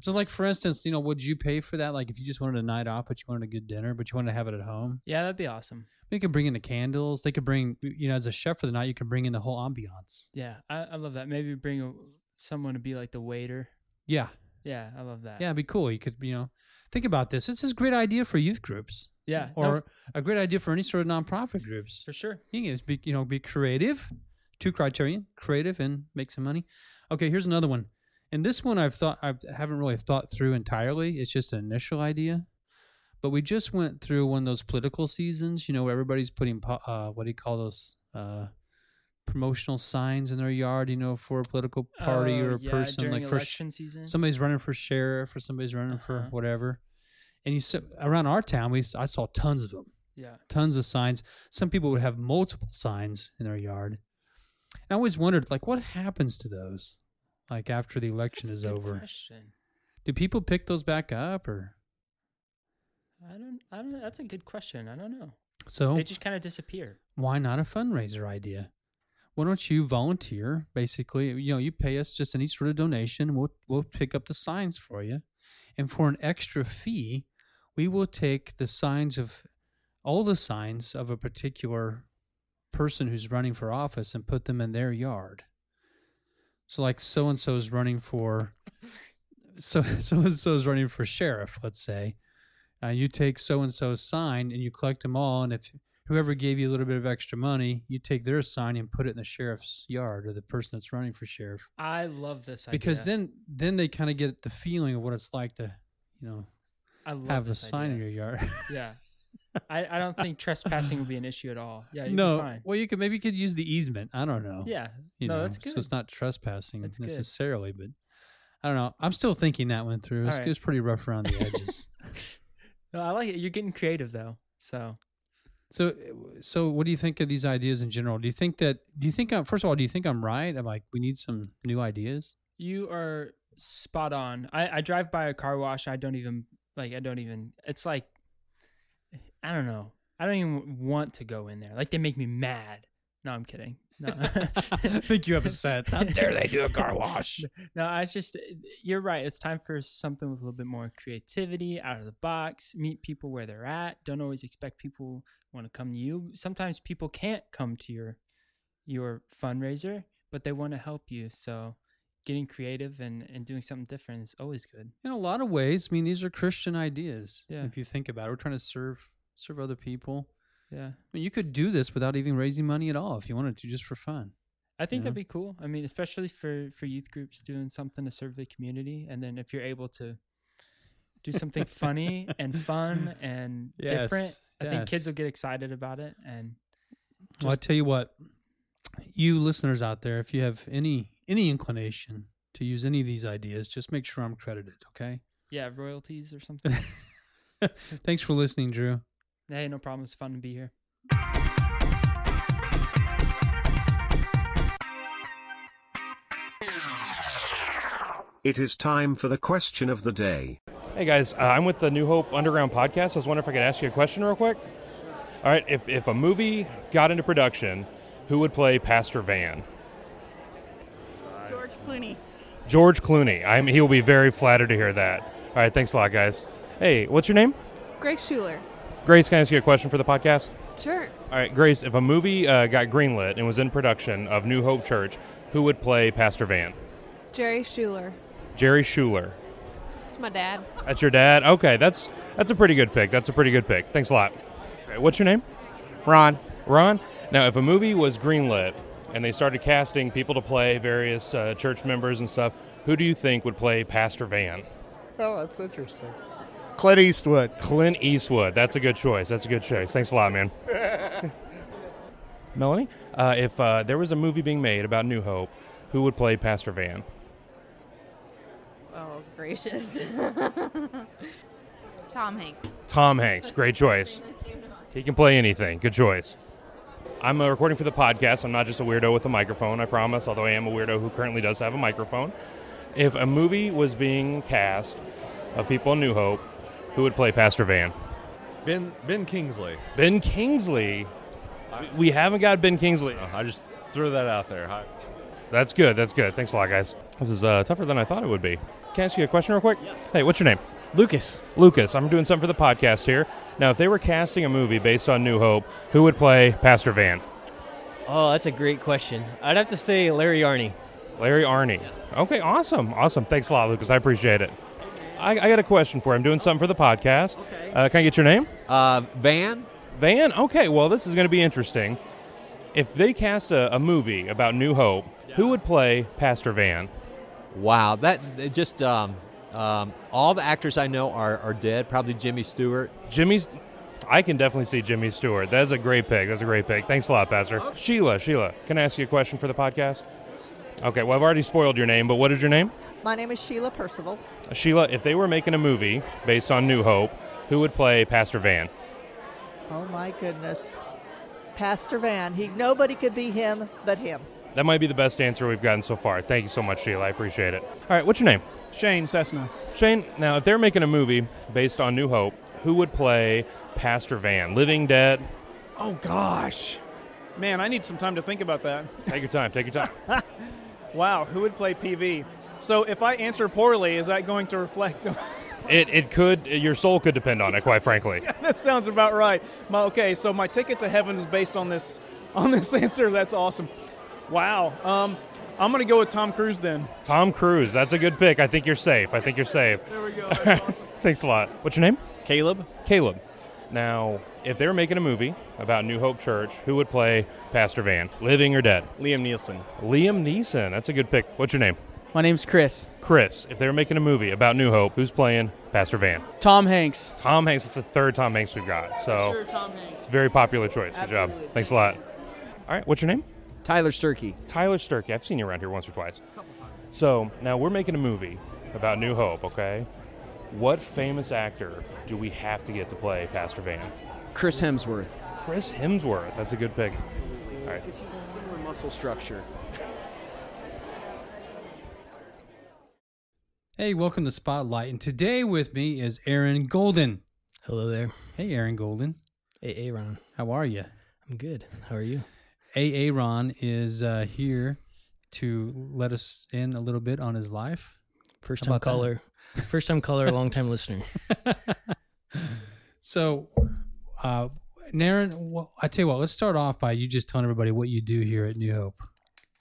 Speaker 2: so, like for instance, you know, would you pay for that? Like, if you just wanted a night off, but you wanted a good dinner, but you wanted to have it at home,
Speaker 5: yeah, that'd be awesome.
Speaker 2: They could bring in the candles. They could bring, you know, as a chef for the night, you can bring in the whole ambiance.
Speaker 5: Yeah, I, I love that. Maybe bring a, someone to be like the waiter.
Speaker 2: Yeah.
Speaker 5: Yeah, I love that.
Speaker 2: Yeah. It'd be cool. You could, you know, think about this. This is a great idea for youth groups.
Speaker 5: Yeah, no,
Speaker 2: Or a great idea for any sort of nonprofit groups.
Speaker 5: for sure.
Speaker 2: You can just be, you know, be creative. Two criterion creative and make some money. Okay. Here's another one. And this one I've thought, I haven't really thought through entirely. It's just an initial idea. But we just went through one of those political seasons, you know, where everybody's putting, po- uh, what do you call those? Uh, promotional signs in their yard, you know, for a political party
Speaker 5: Oh,
Speaker 2: or a
Speaker 5: yeah,
Speaker 2: person, like
Speaker 5: during
Speaker 2: for sh-
Speaker 5: election season.
Speaker 2: somebody's running for sheriff or somebody's running for
Speaker 5: Uh-huh.
Speaker 2: whatever. And you said around our town, we s- I saw tons of them,
Speaker 5: yeah,
Speaker 2: tons of signs. Some people would have multiple signs in their yard. And I always wondered, like, what happens to those, like after the election
Speaker 5: That's a
Speaker 2: is
Speaker 5: good
Speaker 2: over?
Speaker 5: Question.
Speaker 2: Do people pick those back up or
Speaker 5: I don't. I don't. That's a good question. I don't know.
Speaker 2: so?
Speaker 5: They just kind of disappear.
Speaker 2: why not a fundraiser idea? Why don't you volunteer? Basically, you know, you pay us just any sort of donation. We'll we'll pick up the signs for you, and for an extra fee, we will take the signs of all the signs of a particular person who's running for office and put them in their yard. So, like so and so is running for <laughs> so so and so is running for sheriff. Let's say uh, you take so and so's sign and you collect them all, and if whoever gave you a little bit of extra money, you take their sign and put it in the sheriff's yard or the person that's running for sheriff.
Speaker 5: I love this idea
Speaker 2: Because then then they kind of get the feeling of what it's like to, you know,
Speaker 5: I love
Speaker 2: have a
Speaker 5: this
Speaker 2: sign in
Speaker 5: idea.
Speaker 2: your yard.
Speaker 5: <laughs> Yeah, I, I don't think trespassing would be an issue at all. Yeah,
Speaker 2: <laughs>
Speaker 5: you'd
Speaker 2: no,
Speaker 5: be fine.
Speaker 2: well you could maybe you could use the easement. I don't know.
Speaker 5: Yeah,
Speaker 2: you
Speaker 5: no,
Speaker 2: know,
Speaker 5: that's good.
Speaker 2: So it's not trespassing
Speaker 5: That's good.
Speaker 2: necessarily, but I don't know. I'm still thinking that one through. It's,
Speaker 5: All right.
Speaker 2: it's pretty rough around the
Speaker 5: <laughs>
Speaker 2: edges.
Speaker 5: no, I like it. You're getting creative though. So
Speaker 2: so, uh, so what do you think of these ideas in general? Do you think that? Do you think I'm first of all? Do you think I'm right? I'm like we need some new ideas.
Speaker 5: you are spot on. I, I drive by a car wash. I don't even like. I don't even. It's like, I don't know. I don't even want to go in there. Like they make me mad. No, I'm kidding.
Speaker 2: <laughs>
Speaker 5: No. <laughs>
Speaker 2: Make you upset. How dare they do a car wash?
Speaker 5: No, I just you're right. It's time for something with a little bit more creativity, out of the box. Meet people where they're at. Don't always expect people want to come to you. Sometimes people can't come to your your fundraiser, but they want to help you. So getting creative and, and doing something different is always good.
Speaker 2: <laughs> in a lot of ways. I mean, these are Christian ideas.
Speaker 5: Yeah.
Speaker 2: If you think about it, we're trying to serve serve other people.
Speaker 5: Yeah.
Speaker 2: I mean, you could do this without even raising money at all if you wanted to, just for fun.
Speaker 5: I think
Speaker 2: Yeah.
Speaker 5: that'd be cool. I mean, especially for for youth groups doing something to serve the community, and then if you're able to do
Speaker 2: <laughs>
Speaker 5: something funny and fun and different,
Speaker 2: Yes,
Speaker 5: I think
Speaker 2: yes.
Speaker 5: kids will get excited about it. And
Speaker 2: well, I
Speaker 5: Just-
Speaker 2: tell you what, you listeners out there, if you have any any inclination to use any of these ideas, just make sure I'm credited. <laughs> Okay.
Speaker 5: yeah, royalties or something.
Speaker 2: <laughs> Thanks for listening, Drew.
Speaker 5: hey, no problem. It's fun to be here.
Speaker 1: It is time for the question of the day.
Speaker 6: Hey guys, uh, I'm with the New Hope Underground podcast. I was wondering if I could ask you a question real quick. All right, if, if a movie got into production, who would play Pastor Van?
Speaker 7: George Clooney.
Speaker 6: George Clooney. I'm, he will be very flattered to hear that. All right, thanks a lot, guys. Hey, what's your name?
Speaker 7: Grace Schuler.
Speaker 6: Grace, can I ask you a question for the podcast?
Speaker 7: Sure.
Speaker 6: All right, Grace, if a movie uh, got greenlit and was in production of New Hope Church, who would play Pastor Van?
Speaker 7: Jerry Schuler.
Speaker 6: Jerry Schuler.
Speaker 7: It's my dad.
Speaker 6: That's your dad. Okay, that's that's a pretty good pick. That's a pretty good pick. Thanks a lot. Okay, What's your name? Ron. Ron. Now, if a movie was greenlit and they started casting people to play various uh, church members and stuff, who do you think would play Pastor Van?
Speaker 8: Oh, that's interesting. Clint Eastwood.
Speaker 6: Clint Eastwood. That's a good choice. That's a good choice. Thanks a
Speaker 8: <laughs>
Speaker 6: lot, man. Melanie, uh, if uh, there was a movie being made about New Hope, who would play Pastor Van?
Speaker 7: Oh, gracious. Tom Hanks.
Speaker 6: Tom Hanks. Great choice. He can play anything. Good choice. I'm uh, recording for the podcast. I'm not just a weirdo with a microphone, I promise, although I am a weirdo who currently does have a microphone. If a movie was being cast of people in New Hope, who would play Pastor Van?
Speaker 9: Ben Ben Kingsley.
Speaker 6: Ben Kingsley. We- We haven't got Ben Kingsley.
Speaker 9: Uh, I just threw that out there. Hi.
Speaker 6: That's good. That's good. Thanks a lot, guys. This is uh, tougher than I thought it would be. Can I ask you a question real quick? Hey, what's your name?
Speaker 10: Lucas,
Speaker 6: Lucas. I'm doing something for the podcast here. Now, if they were casting a movie based on New Hope, who would play Pastor Van?
Speaker 10: oh, that's a great question. I'd have to say Larry Arney.
Speaker 6: Larry Arney. Okay, awesome, awesome. Thanks a lot, Lucas. I appreciate it. I, I got a question for you. I'm doing something for the podcast. Uh, can I get your name?
Speaker 11: Uh, Van?
Speaker 6: Van? Okay, well, this is going to be interesting. If they cast a, a movie about New Hope, who would play Pastor Van?
Speaker 11: Wow, that it just um, um, all the actors I know are, are dead. Probably Jimmy Stewart.
Speaker 6: Jimmy's. I can definitely see Jimmy Stewart. That's a great pick. That's a great pick. Thanks a lot, Pastor. Sheila, Sheila, can I ask you a question for the podcast? Okay, well, I've already spoiled your name, but what is your name? Uh,
Speaker 12: My name is Sheila Percival.
Speaker 6: Sheila, if they were making a movie based on New Hope, who would play Pastor Van?
Speaker 12: Oh my goodness. Pastor Van. He nobody could be him but him.
Speaker 6: That might be the best answer we've gotten so far. Thank you so much, Sheila. I appreciate it. All right, what's your name?
Speaker 13: Shane Cessna.
Speaker 6: Shane, now if they're making a movie based on New Hope, who would play Pastor Van? Living, dead?
Speaker 13: Oh gosh, man, I need some time to think about that.
Speaker 6: Take your time, take your
Speaker 12: <laughs>
Speaker 6: time.
Speaker 13: Wow, who would play PV? So if I answer poorly, is that going to reflect? on- <laughs>
Speaker 6: it, it could, your soul could depend on it, quite frankly.
Speaker 13: that sounds about right. My, okay, so my ticket to heaven is based on this on this <laughs> answer. That's awesome. Wow. Um, I'm gonna go with Tom Cruise then.
Speaker 6: Tom Cruise, that's a good pick. I think you're safe. I think you're safe. There we go. <laughs> Thanks a lot. What's your name?
Speaker 10: Caleb?
Speaker 6: Caleb. Now, if they were making a movie about New Hope Church, who would play Pastor Van? Living or dead?
Speaker 10: Liam Nielsen.
Speaker 6: Liam Neeson, that's a good pick. What's your name?
Speaker 14: My name's Chris.
Speaker 6: Chris, if they were making a movie about New Hope, who's playing Pastor Van?
Speaker 14: Tom Hanks.
Speaker 6: Tom Hanks. It's the third Tom Hanks we've got. So
Speaker 14: Sure, Tom Hanks.
Speaker 6: it's a very popular choice. Good
Speaker 14: Absolutely.
Speaker 6: job. Thanks a lot. All right, what's your name?
Speaker 10: Tyler Sturkey.
Speaker 6: Tyler Sturkey. I've seen you around here once or twice. So now we're making a movie about New Hope. Okay, what famous actor do we have to get to play Pastor Van?
Speaker 15: Chris Hemsworth.
Speaker 6: Chris Hemsworth. That's a good pick. All right.
Speaker 15: Similar muscle structure.
Speaker 2: Hey, welcome to Spotlight. And today with me is Aaron Golden.
Speaker 10: Hello there.
Speaker 2: Hey, Aaron Golden.
Speaker 10: Hey, Aaron.
Speaker 2: How are you?
Speaker 10: I'm good. How are you?
Speaker 2: Aaron is uh, here to let us in a little bit on his life.
Speaker 10: First
Speaker 2: How
Speaker 10: time
Speaker 2: about that?
Speaker 10: caller. First time caller, long time listener.
Speaker 2: So, uh, Naren, well, I tell you what, let's start off by you just telling everybody what you do here at New Hope.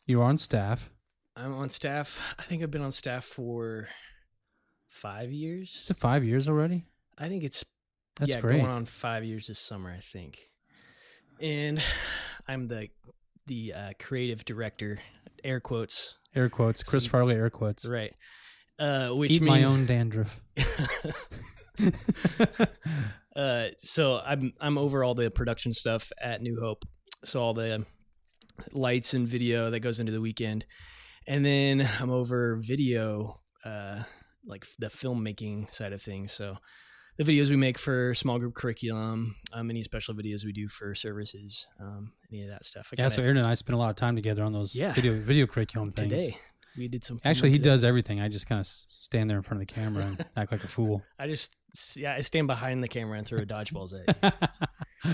Speaker 2: You're on staff.
Speaker 14: <laughs> I'm on staff. I think I've been on staff for five years.
Speaker 2: Is it five years already?
Speaker 14: I think it's
Speaker 2: That's
Speaker 14: yeah,
Speaker 2: great.
Speaker 14: going on five years this summer, I think. And <sighs> I'm the the uh, creative director, air quotes,
Speaker 2: Air quotes. Chris Farley, air quotes.
Speaker 14: right? Uh, which
Speaker 2: Eat my
Speaker 14: means-
Speaker 2: own dandruff.
Speaker 14: uh, so I'm I'm over all the production stuff at New Hope. So all the lights and video that goes into the weekend, and then I'm over video, uh, like the filmmaking side of things. So the videos we make for small group curriculum, um, any special videos we do for services, um, any of that stuff. I
Speaker 2: Yeah, so
Speaker 14: kinda-
Speaker 2: Aaron and I spent a lot of time together on those
Speaker 14: Yeah.
Speaker 2: video video curriculum things.
Speaker 14: Today, we did some filming
Speaker 2: Actually, he
Speaker 14: today.
Speaker 2: does everything. I just kind of stand there in front of the camera and <laughs> act like a fool.
Speaker 14: I just yeah, I stand behind the
Speaker 2: <laughs>
Speaker 14: camera and throw dodgeballs at you.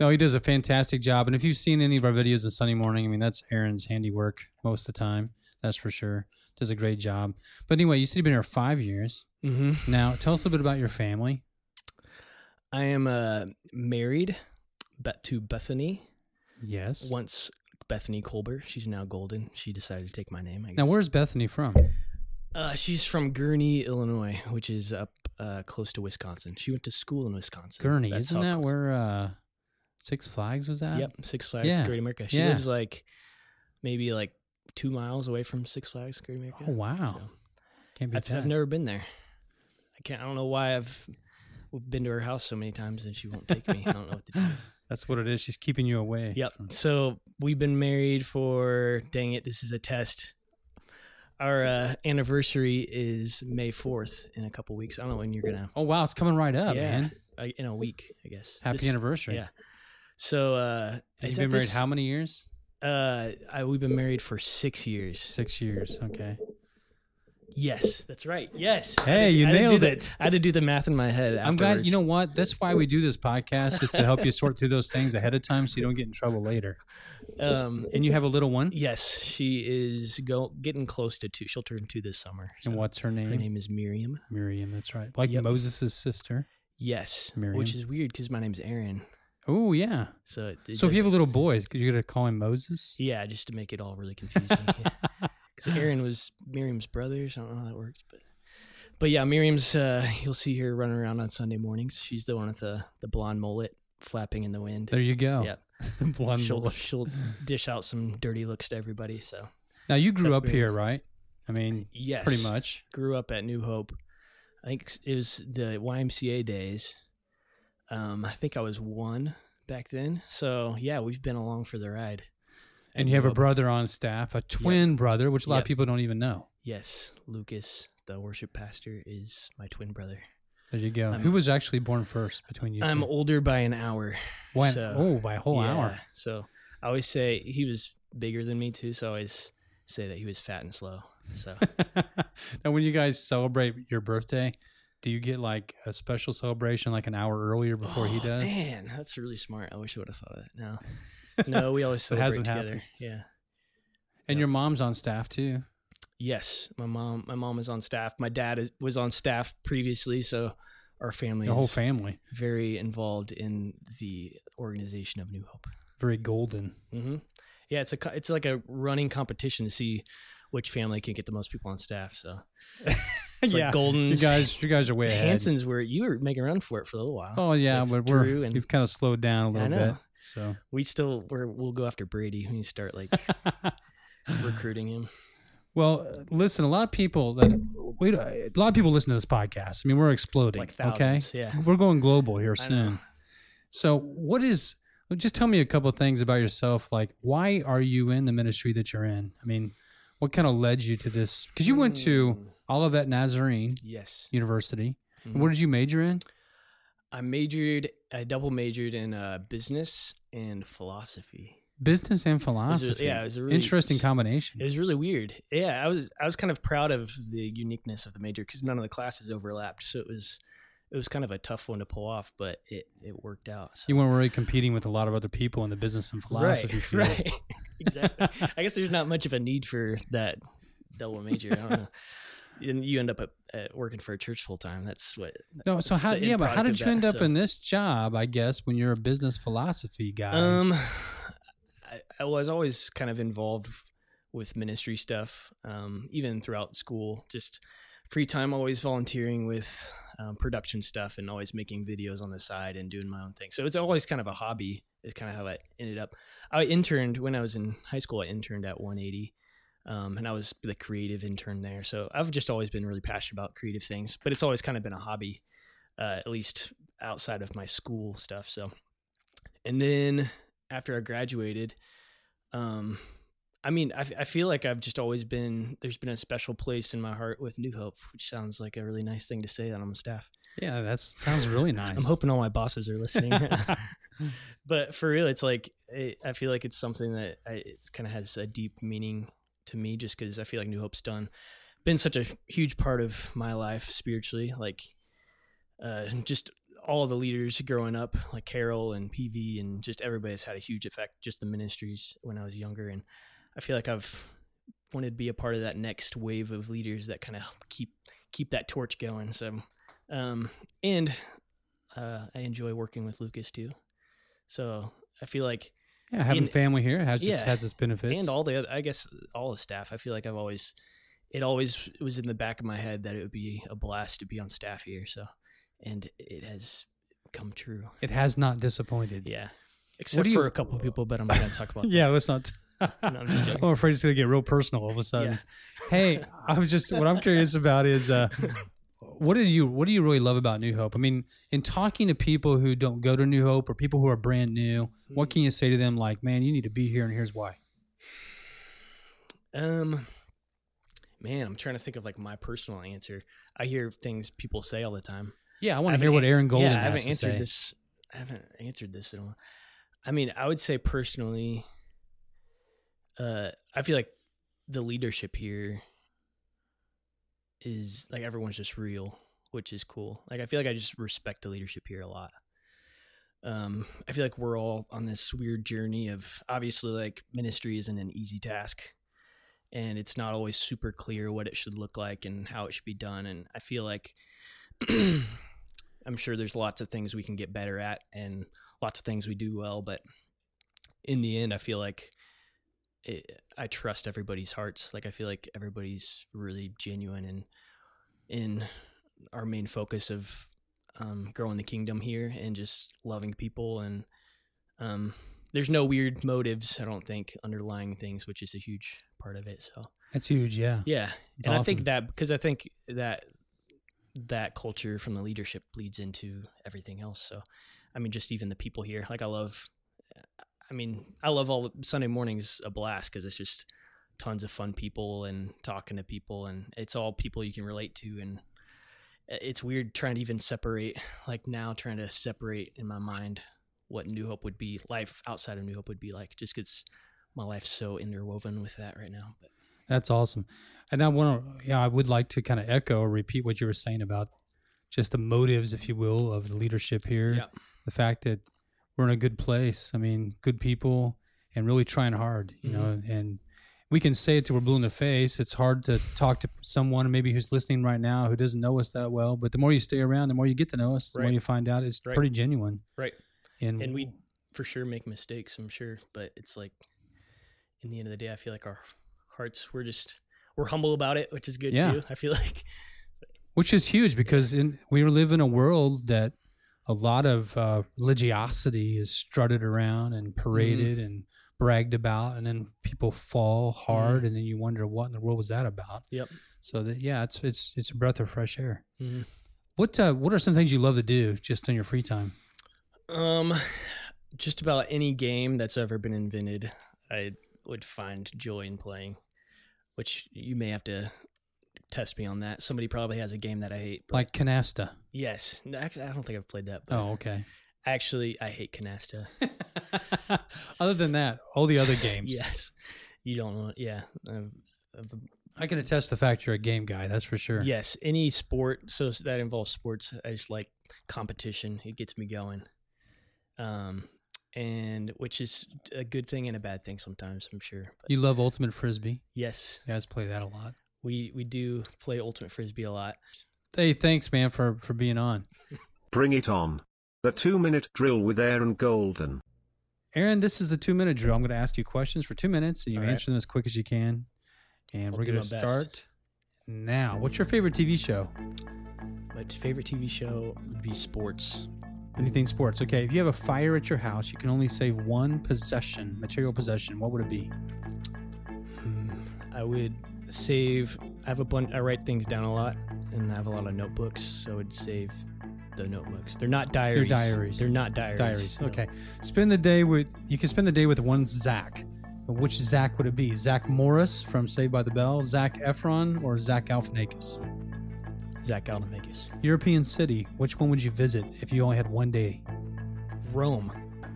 Speaker 2: No, he does a fantastic job. And if you've seen any of our videos on Sunday morning, I mean, that's Aaron's handiwork most of the time. That's for sure. Does a great job. But anyway, you said you've been here five years.
Speaker 14: Mhm.
Speaker 2: Now, tell us a little bit about your family.
Speaker 14: I am uh, married but to Bethany.
Speaker 2: Yes.
Speaker 14: Once Bethany Colbert. She's now golden. She decided to take my name. I guess.
Speaker 2: Now, where's Bethany from?
Speaker 14: Uh, she's from Gurnee, Illinois, which is up uh, close to Wisconsin. She went to school in Wisconsin.
Speaker 2: Gurney.
Speaker 14: That's
Speaker 2: Isn't
Speaker 14: how
Speaker 2: that where uh, Six Flags was at?
Speaker 14: Yep, Six Flags
Speaker 2: Yeah.
Speaker 14: Great America. She
Speaker 2: yeah.
Speaker 14: lives like maybe like two miles away from Six Flags Great America.
Speaker 2: Oh, wow. Can't beat
Speaker 14: I've, I've
Speaker 2: that.
Speaker 14: never been there. I can't. I don't know why I've we've been to her house so many times and she won't take me. I don't know what to do.
Speaker 2: That's what it is. She's keeping you away.
Speaker 14: Yep. So we've been married for dang it, this is a test. Our uh, anniversary is May fourth in a couple weeks. I don't know when you're gonna.
Speaker 2: Oh, wow. It's coming right up,
Speaker 14: yeah,
Speaker 2: man.
Speaker 14: I, in a week, I guess.
Speaker 2: Happy anniversary.
Speaker 14: Yeah. So uh,
Speaker 2: And
Speaker 14: is
Speaker 2: you've been
Speaker 14: that
Speaker 2: married
Speaker 14: this-
Speaker 2: how many years?
Speaker 14: Uh, I, we've been married for six years.
Speaker 2: Six years. Okay.
Speaker 14: Yes, that's right. Yes. I
Speaker 2: Hey,
Speaker 14: had to-
Speaker 2: you
Speaker 14: I had to do
Speaker 2: nailed
Speaker 14: the-
Speaker 2: it.
Speaker 14: I had to do the math in my head.
Speaker 2: I'm glad.
Speaker 14: afterwards.
Speaker 2: You know what? That's why we do this podcast is to help you sort through those things ahead of time so you don't get in trouble later.
Speaker 14: Um,
Speaker 2: and you have a little one.
Speaker 14: Yes, she is go getting close to two. She'll turn two this summer.
Speaker 2: And what's her name?
Speaker 14: Her name is Miriam.
Speaker 2: Miriam. That's right. Like Moses' sister.
Speaker 14: Yes,
Speaker 2: Miriam.
Speaker 14: which is weird because my name's Aaron.
Speaker 2: Oh yeah.
Speaker 14: So it- it
Speaker 2: so if you have
Speaker 14: does-
Speaker 2: a little boy, is- you're gonna call him Moses.
Speaker 14: <laughs> Yeah, just to make it all really confusing.
Speaker 2: <laughs>
Speaker 14: <laughs> Because Aaron was Miriam's brother, so I don't know how that works, but but yeah, Miriam's. Uh, you'll see her running around on Sunday mornings. She's the one with the the blonde mullet flapping in the wind.
Speaker 2: There you go. <laughs>
Speaker 14: Yep.
Speaker 2: Blonde
Speaker 14: she'll,
Speaker 2: mullet. <laughs>
Speaker 14: She'll dish out some dirty looks to everybody. So
Speaker 2: Now you grew
Speaker 14: That's
Speaker 2: up
Speaker 14: weird.
Speaker 2: here, right? I mean,
Speaker 14: Yes.
Speaker 2: pretty much.
Speaker 14: Grew up at New Hope. I think s- it was the YMCA days. Um, I think I was one back then. So yeah, we've been along for the ride.
Speaker 2: And
Speaker 14: At
Speaker 2: you have
Speaker 14: New
Speaker 2: a
Speaker 14: Hope.
Speaker 2: brother on staff, a twin brother, which a lot of
Speaker 14: Yep.
Speaker 2: people don't even know.
Speaker 14: Yes, Lucas, the worship pastor, is my twin brother.
Speaker 2: There you go.
Speaker 14: I'm-
Speaker 2: Who was actually born first between you two?
Speaker 14: I'm older by an hour.
Speaker 2: Why- oh, by a whole hour.
Speaker 14: So I always say he was bigger than me too. So I always say that he was fat and slow. So
Speaker 2: Now, when you guys celebrate your birthday, do you get like a special celebration like an hour earlier before he
Speaker 14: Oh,
Speaker 2: does?
Speaker 14: Man, that's really smart. I wish I would have thought of that.
Speaker 2: <laughs>
Speaker 14: No, no, we always
Speaker 2: It
Speaker 14: celebrate
Speaker 2: hasn't
Speaker 14: together.
Speaker 2: happened.
Speaker 14: Yeah.
Speaker 2: And your mom's on staff too.
Speaker 14: Yes, my mom. My mom is on staff. My dad is, was on staff previously, so our family,
Speaker 2: The whole
Speaker 14: is
Speaker 2: family.
Speaker 14: very involved in the organization of New Hope.
Speaker 2: Very
Speaker 14: <laughs>
Speaker 2: golden.
Speaker 14: hmm Yeah, it's a co- it's like a running competition to see which family can get the most people on
Speaker 2: <laughs>
Speaker 14: staff. So it's
Speaker 2: Yeah,
Speaker 14: like Golden's.
Speaker 2: you guys- you guys are way ahead.
Speaker 14: Hanson's were you were making a run for it for a little while.
Speaker 2: Oh yeah,
Speaker 14: with
Speaker 2: but we're
Speaker 14: Drew and-
Speaker 2: we've kind of slowed down a
Speaker 14: I
Speaker 2: little
Speaker 14: know.
Speaker 2: bit. So
Speaker 14: we still we're, we'll go after Brady when you
Speaker 2: <laughs>
Speaker 14: start like recruiting him.
Speaker 2: well, uh, listen. A lot of people that we don't- a lot of people listen to this podcast. I mean, we're exploding.
Speaker 14: Like thousands,
Speaker 2: okay,
Speaker 14: yeah.
Speaker 2: we're going global here
Speaker 14: <laughs> I know.
Speaker 2: soon. So what is? Just tell me a couple of things about yourself. Like, why are you in the ministry that you're in? I mean, what kind of led you to this? Because you went
Speaker 14: Hmm.
Speaker 2: to Olivet Nazarene
Speaker 14: Mm, Yes.
Speaker 2: University. And
Speaker 14: Mhm.
Speaker 2: What did you major in?
Speaker 14: I majored, I double majored in uh, business and philosophy.
Speaker 2: Business and
Speaker 14: It was a-
Speaker 2: philosophy.
Speaker 14: yeah, it was a really
Speaker 2: interesting combination.
Speaker 14: It was really weird. Yeah, I was I was kind of proud of the uniqueness of the major because none of the classes overlapped, so it was it was kind of a tough one to pull off, but it it worked out. So.
Speaker 2: You weren't really competing with a lot of other people in the business and
Speaker 14: <laughs>
Speaker 2: philosophy field.
Speaker 14: right, right. exactly. I guess there's not much of a need for that double major. I don't know. and you end up at, at working for a church full time. That's what.
Speaker 2: No, so
Speaker 14: that's
Speaker 2: how?
Speaker 14: the end
Speaker 2: Yeah, but how
Speaker 14: product
Speaker 2: did
Speaker 14: of
Speaker 2: you
Speaker 14: that,
Speaker 2: end up
Speaker 14: so.
Speaker 2: in this job? I guess when you're a business philosophy guy.
Speaker 14: Um, I, I was always kind of involved with ministry stuff, um, even throughout school. Just free time, always volunteering with um, production stuff, and always making videos on the side and doing my own thing. So it's always kind of a hobby. Is kind of how I ended up. I interned when I was in high school. I interned at 180. Um, and I was the creative intern there, so I've just always been really passionate about creative things. But it's always kind of been a hobby, uh, at least outside of my school stuff. So and then after I graduated, um, I mean, I, f- I feel like I've just always been there's been a special place in my heart with New Hope, which sounds like a really nice thing to say that I'm a staff.
Speaker 2: Yeah, that sounds really nice.
Speaker 14: I'm hoping all my bosses are listening.
Speaker 2: <laughs>
Speaker 14: <laughs> but for real, it's like it, I feel like it's something that I, it kind of has a deep meaning to me, just because I feel like New Hope's done been such a huge part of my life spiritually. Like, uh, just all the leaders growing up, like Carol and PV, and just everybody's had a huge effect. Just the ministries when I was younger, and I feel like I've wanted to be a part of that next wave of leaders that kind of keep keep that torch going. So, um, and uh, I enjoy working with Lucas too. So I feel like
Speaker 2: Yeah, having family here has its- has its benefits.
Speaker 14: and all the other, I guess all the staff. I feel like I've always it always was in the back of my head that it would be a blast to be on staff here. So, and it has come true.
Speaker 2: It has not disappointed.
Speaker 14: Yeah.
Speaker 2: What
Speaker 14: Except
Speaker 2: do
Speaker 14: for
Speaker 2: you-
Speaker 14: a couple of people, but I'm not going to
Speaker 2: <laughs>
Speaker 14: talk about that.
Speaker 2: yeah, let's not.
Speaker 14: No, I'm just joking.
Speaker 2: I'm afraid it's gonna get real personal all of a sudden. Hey, I was just what I'm curious about is uh, what do you what do you really love about New Hope? I mean, in talking to people who don't go to New Hope or people who are brand new, what
Speaker 14: Mm.
Speaker 2: can you say to them? Like, man, you need to be here, and here's why.
Speaker 14: Um, man, I'm trying to think of like my personal answer. I hear things people say all the time.
Speaker 2: Yeah, I wanna
Speaker 14: haven't
Speaker 2: hear what
Speaker 14: an-
Speaker 2: Aaron Golden
Speaker 14: Yeah, I
Speaker 2: has
Speaker 14: haven't
Speaker 2: to
Speaker 14: answered
Speaker 2: say.
Speaker 14: this. I haven't answered this at all. I mean, I would say personally, uh, I feel like the leadership here is like everyone's just real, which is cool. Like I feel like I just respect the leadership here a lot. Um, I feel like we're all on this weird journey of obviously like ministry isn't an easy task and it's not always super clear what it should look like and how it should be done. And I feel like <clears throat> I'm sure there's lots of things we can get better at and lots of things we do well, but in the end, I feel like it, I trust everybody's hearts. Like I feel like everybody's really genuine and in our main focus of um, growing the kingdom here and just loving people and um, there's no weird motives. I don't think underlying things, which is a huge part of it. So
Speaker 2: That's huge. Yeah.
Speaker 14: yeah,
Speaker 2: It's
Speaker 14: and I
Speaker 2: awesome.
Speaker 14: think that because I think that that culture from the leadership bleeds into everything else. So, I mean, just even the people here. Like I love, I mean, I love all the Sunday mornings a blast because it's just tons of fun people and talking to people, and it's all people you can relate to and. It's weird trying to even separate, like now trying to separate in my mind what New Hope would be, life outside of New Hope would be like, just because my life's so interwoven with that right now. But
Speaker 2: That's awesome. And I want to, yeah, I would like to kind of echo or repeat what you were saying about just the motives, if you will, of the leadership here.
Speaker 14: Yep.
Speaker 2: The fact that we're in a good place. I mean, good people and really trying hard, you know,
Speaker 14: Mm-hmm.
Speaker 2: and we can say it till we're blue in the face. It's hard to talk to someone maybe who's listening right now who doesn't know us that well. But the more you stay around, the more you get to know us, the more
Speaker 14: Right.
Speaker 2: you find out it's
Speaker 14: Right.
Speaker 2: pretty genuine.
Speaker 14: Right.
Speaker 2: And,
Speaker 14: And, we for sure make mistakes, I'm sure, but it's like in the end of the day, I feel like our hearts we're just we're humble about it, which is good
Speaker 2: Yeah.
Speaker 14: too. I feel <laughs> like
Speaker 2: which is huge because in, we live in a world that a lot of uh, religiosity is strutted around and paraded and bragged about, and then people fall hard, and then you wonder what in the world was that about.
Speaker 14: Yep.
Speaker 2: So that yeah, it's it's it's a breath of fresh air.
Speaker 14: Mhm.
Speaker 2: What uh, what are some things you love to do just in your free time?
Speaker 14: um just about any game that's ever been invented, I would find joy in playing. Which you may have to test me on that. Somebody probably has a game that I hate. but-
Speaker 2: Like canasta.
Speaker 14: Yes. No, actually, I don't think I've played that.
Speaker 2: Oh, okay.
Speaker 14: Actually, I hate canasta.
Speaker 2: Other than that, all the other games.
Speaker 14: yes. You don't want. Yeah. Um, um,
Speaker 2: I can attest to the fact you're a game guy. That's for sure.
Speaker 14: Yes, any sport. So s- that involves sports. I just like competition. It gets me going. Um, and which is a good thing and a bad thing sometimes. I'm sure. But
Speaker 2: You love ultimate frisbee.
Speaker 14: yes,
Speaker 2: You guys play that a lot.
Speaker 14: we we do play ultimate frisbee a lot.
Speaker 2: Hey, thanks, man, for for being on.
Speaker 1: Bring it on. The two minute drill with Aaron Golden.
Speaker 2: Aaron, this is the two minute drill. I'm going to ask you questions for two minutes, and you
Speaker 1: All right.
Speaker 2: answer them as quick as you can. And
Speaker 14: I'll
Speaker 2: we're
Speaker 14: do
Speaker 2: going to
Speaker 14: my best.
Speaker 2: start now. What's your favorite TV show?
Speaker 14: My favorite TV show would be sports.
Speaker 2: Anything sports. Okay, if you have a fire at your house, you can only save one possession, material possession. What would it be?
Speaker 14: I would save. I have a bunch. I write things down a lot, and I have a lot of notebooks, so I would save the notebooks. They're not diaries.
Speaker 2: Your diaries.
Speaker 14: They're not diaries.
Speaker 2: Diaries.
Speaker 14: no.
Speaker 2: Okay. Spend the day with. You can spend the day with one Zach. Which Zach would it be? Zach Morris from Saved by the Bell, Zach Efron, or Zach Galifianakis?
Speaker 14: Zach Galifianakis.
Speaker 2: European city. Which one would you visit if you only had one day?
Speaker 14: Rome.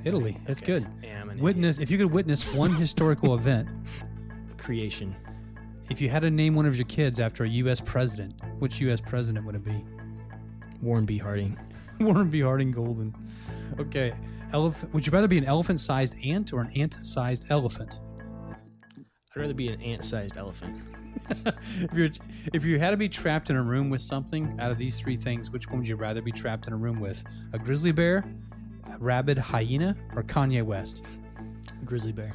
Speaker 2: Italy. That's good.
Speaker 14: Yeah, I'm an
Speaker 2: witness. If you could witness
Speaker 14: <laughs>
Speaker 2: one historical event,
Speaker 14: creation.
Speaker 2: If you had to name one of your kids after a U.S. president, which U.S. president would it be? <laughs>
Speaker 14: Warren B. Harding.
Speaker 2: Warren B. Harding Golden. Okay. Elephant. Would you rather be an elephant-sized ant or an ant-sized elephant?
Speaker 14: I'd rather be an ant-sized elephant.
Speaker 2: if you're if you had to be trapped in a room with something out of these three things, which one would you rather be trapped in a room with? A grizzly bear, a rabid hyena, or Kanye West?
Speaker 14: Grizzly bear.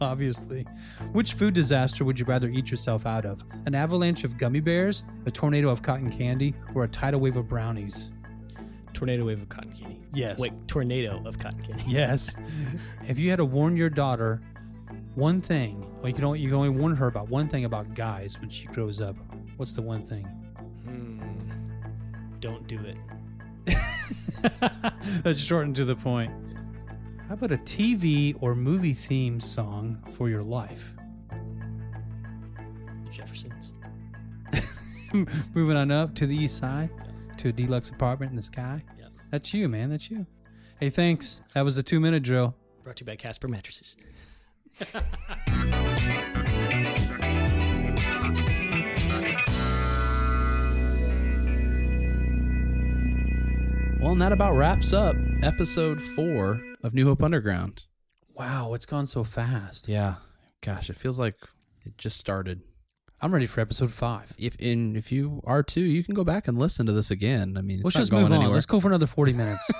Speaker 2: Obviously. Which food disaster would you rather eat yourself out of? An avalanche of gummy bears, a tornado of cotton candy, or a tidal wave of brownies?
Speaker 14: Tornado wave of cotton candy.
Speaker 2: Yes.
Speaker 14: Wait, tornado of cotton candy.
Speaker 2: Yes. if you had to warn your daughter one thing, well, you can only you can only warn her about one thing about guys when she grows up. What's the one thing?
Speaker 14: Hmm. Don't do it.
Speaker 2: That's short and to the point. How about a TV or movie theme song for your life? <laughs>
Speaker 14: Jefferson's.
Speaker 2: Moving on up to the east side to a deluxe apartment in the sky. That's you, man. That's you. Hey, thanks. That was the two minute drill.
Speaker 14: Brought to you by Casper Mattresses.
Speaker 3: Well, and that about wraps up episode four of New Hope Underground.
Speaker 2: Wow, it's gone so fast.
Speaker 3: Yeah. Gosh, it feels like it just started.
Speaker 2: I'm ready for episode five.
Speaker 3: If in if you are too, you can go back and listen to this again. I mean, it's
Speaker 2: Let's
Speaker 3: not
Speaker 2: just
Speaker 3: going
Speaker 2: move on. <laughs>
Speaker 3: anywhere.
Speaker 2: Let's go for another 40 minutes.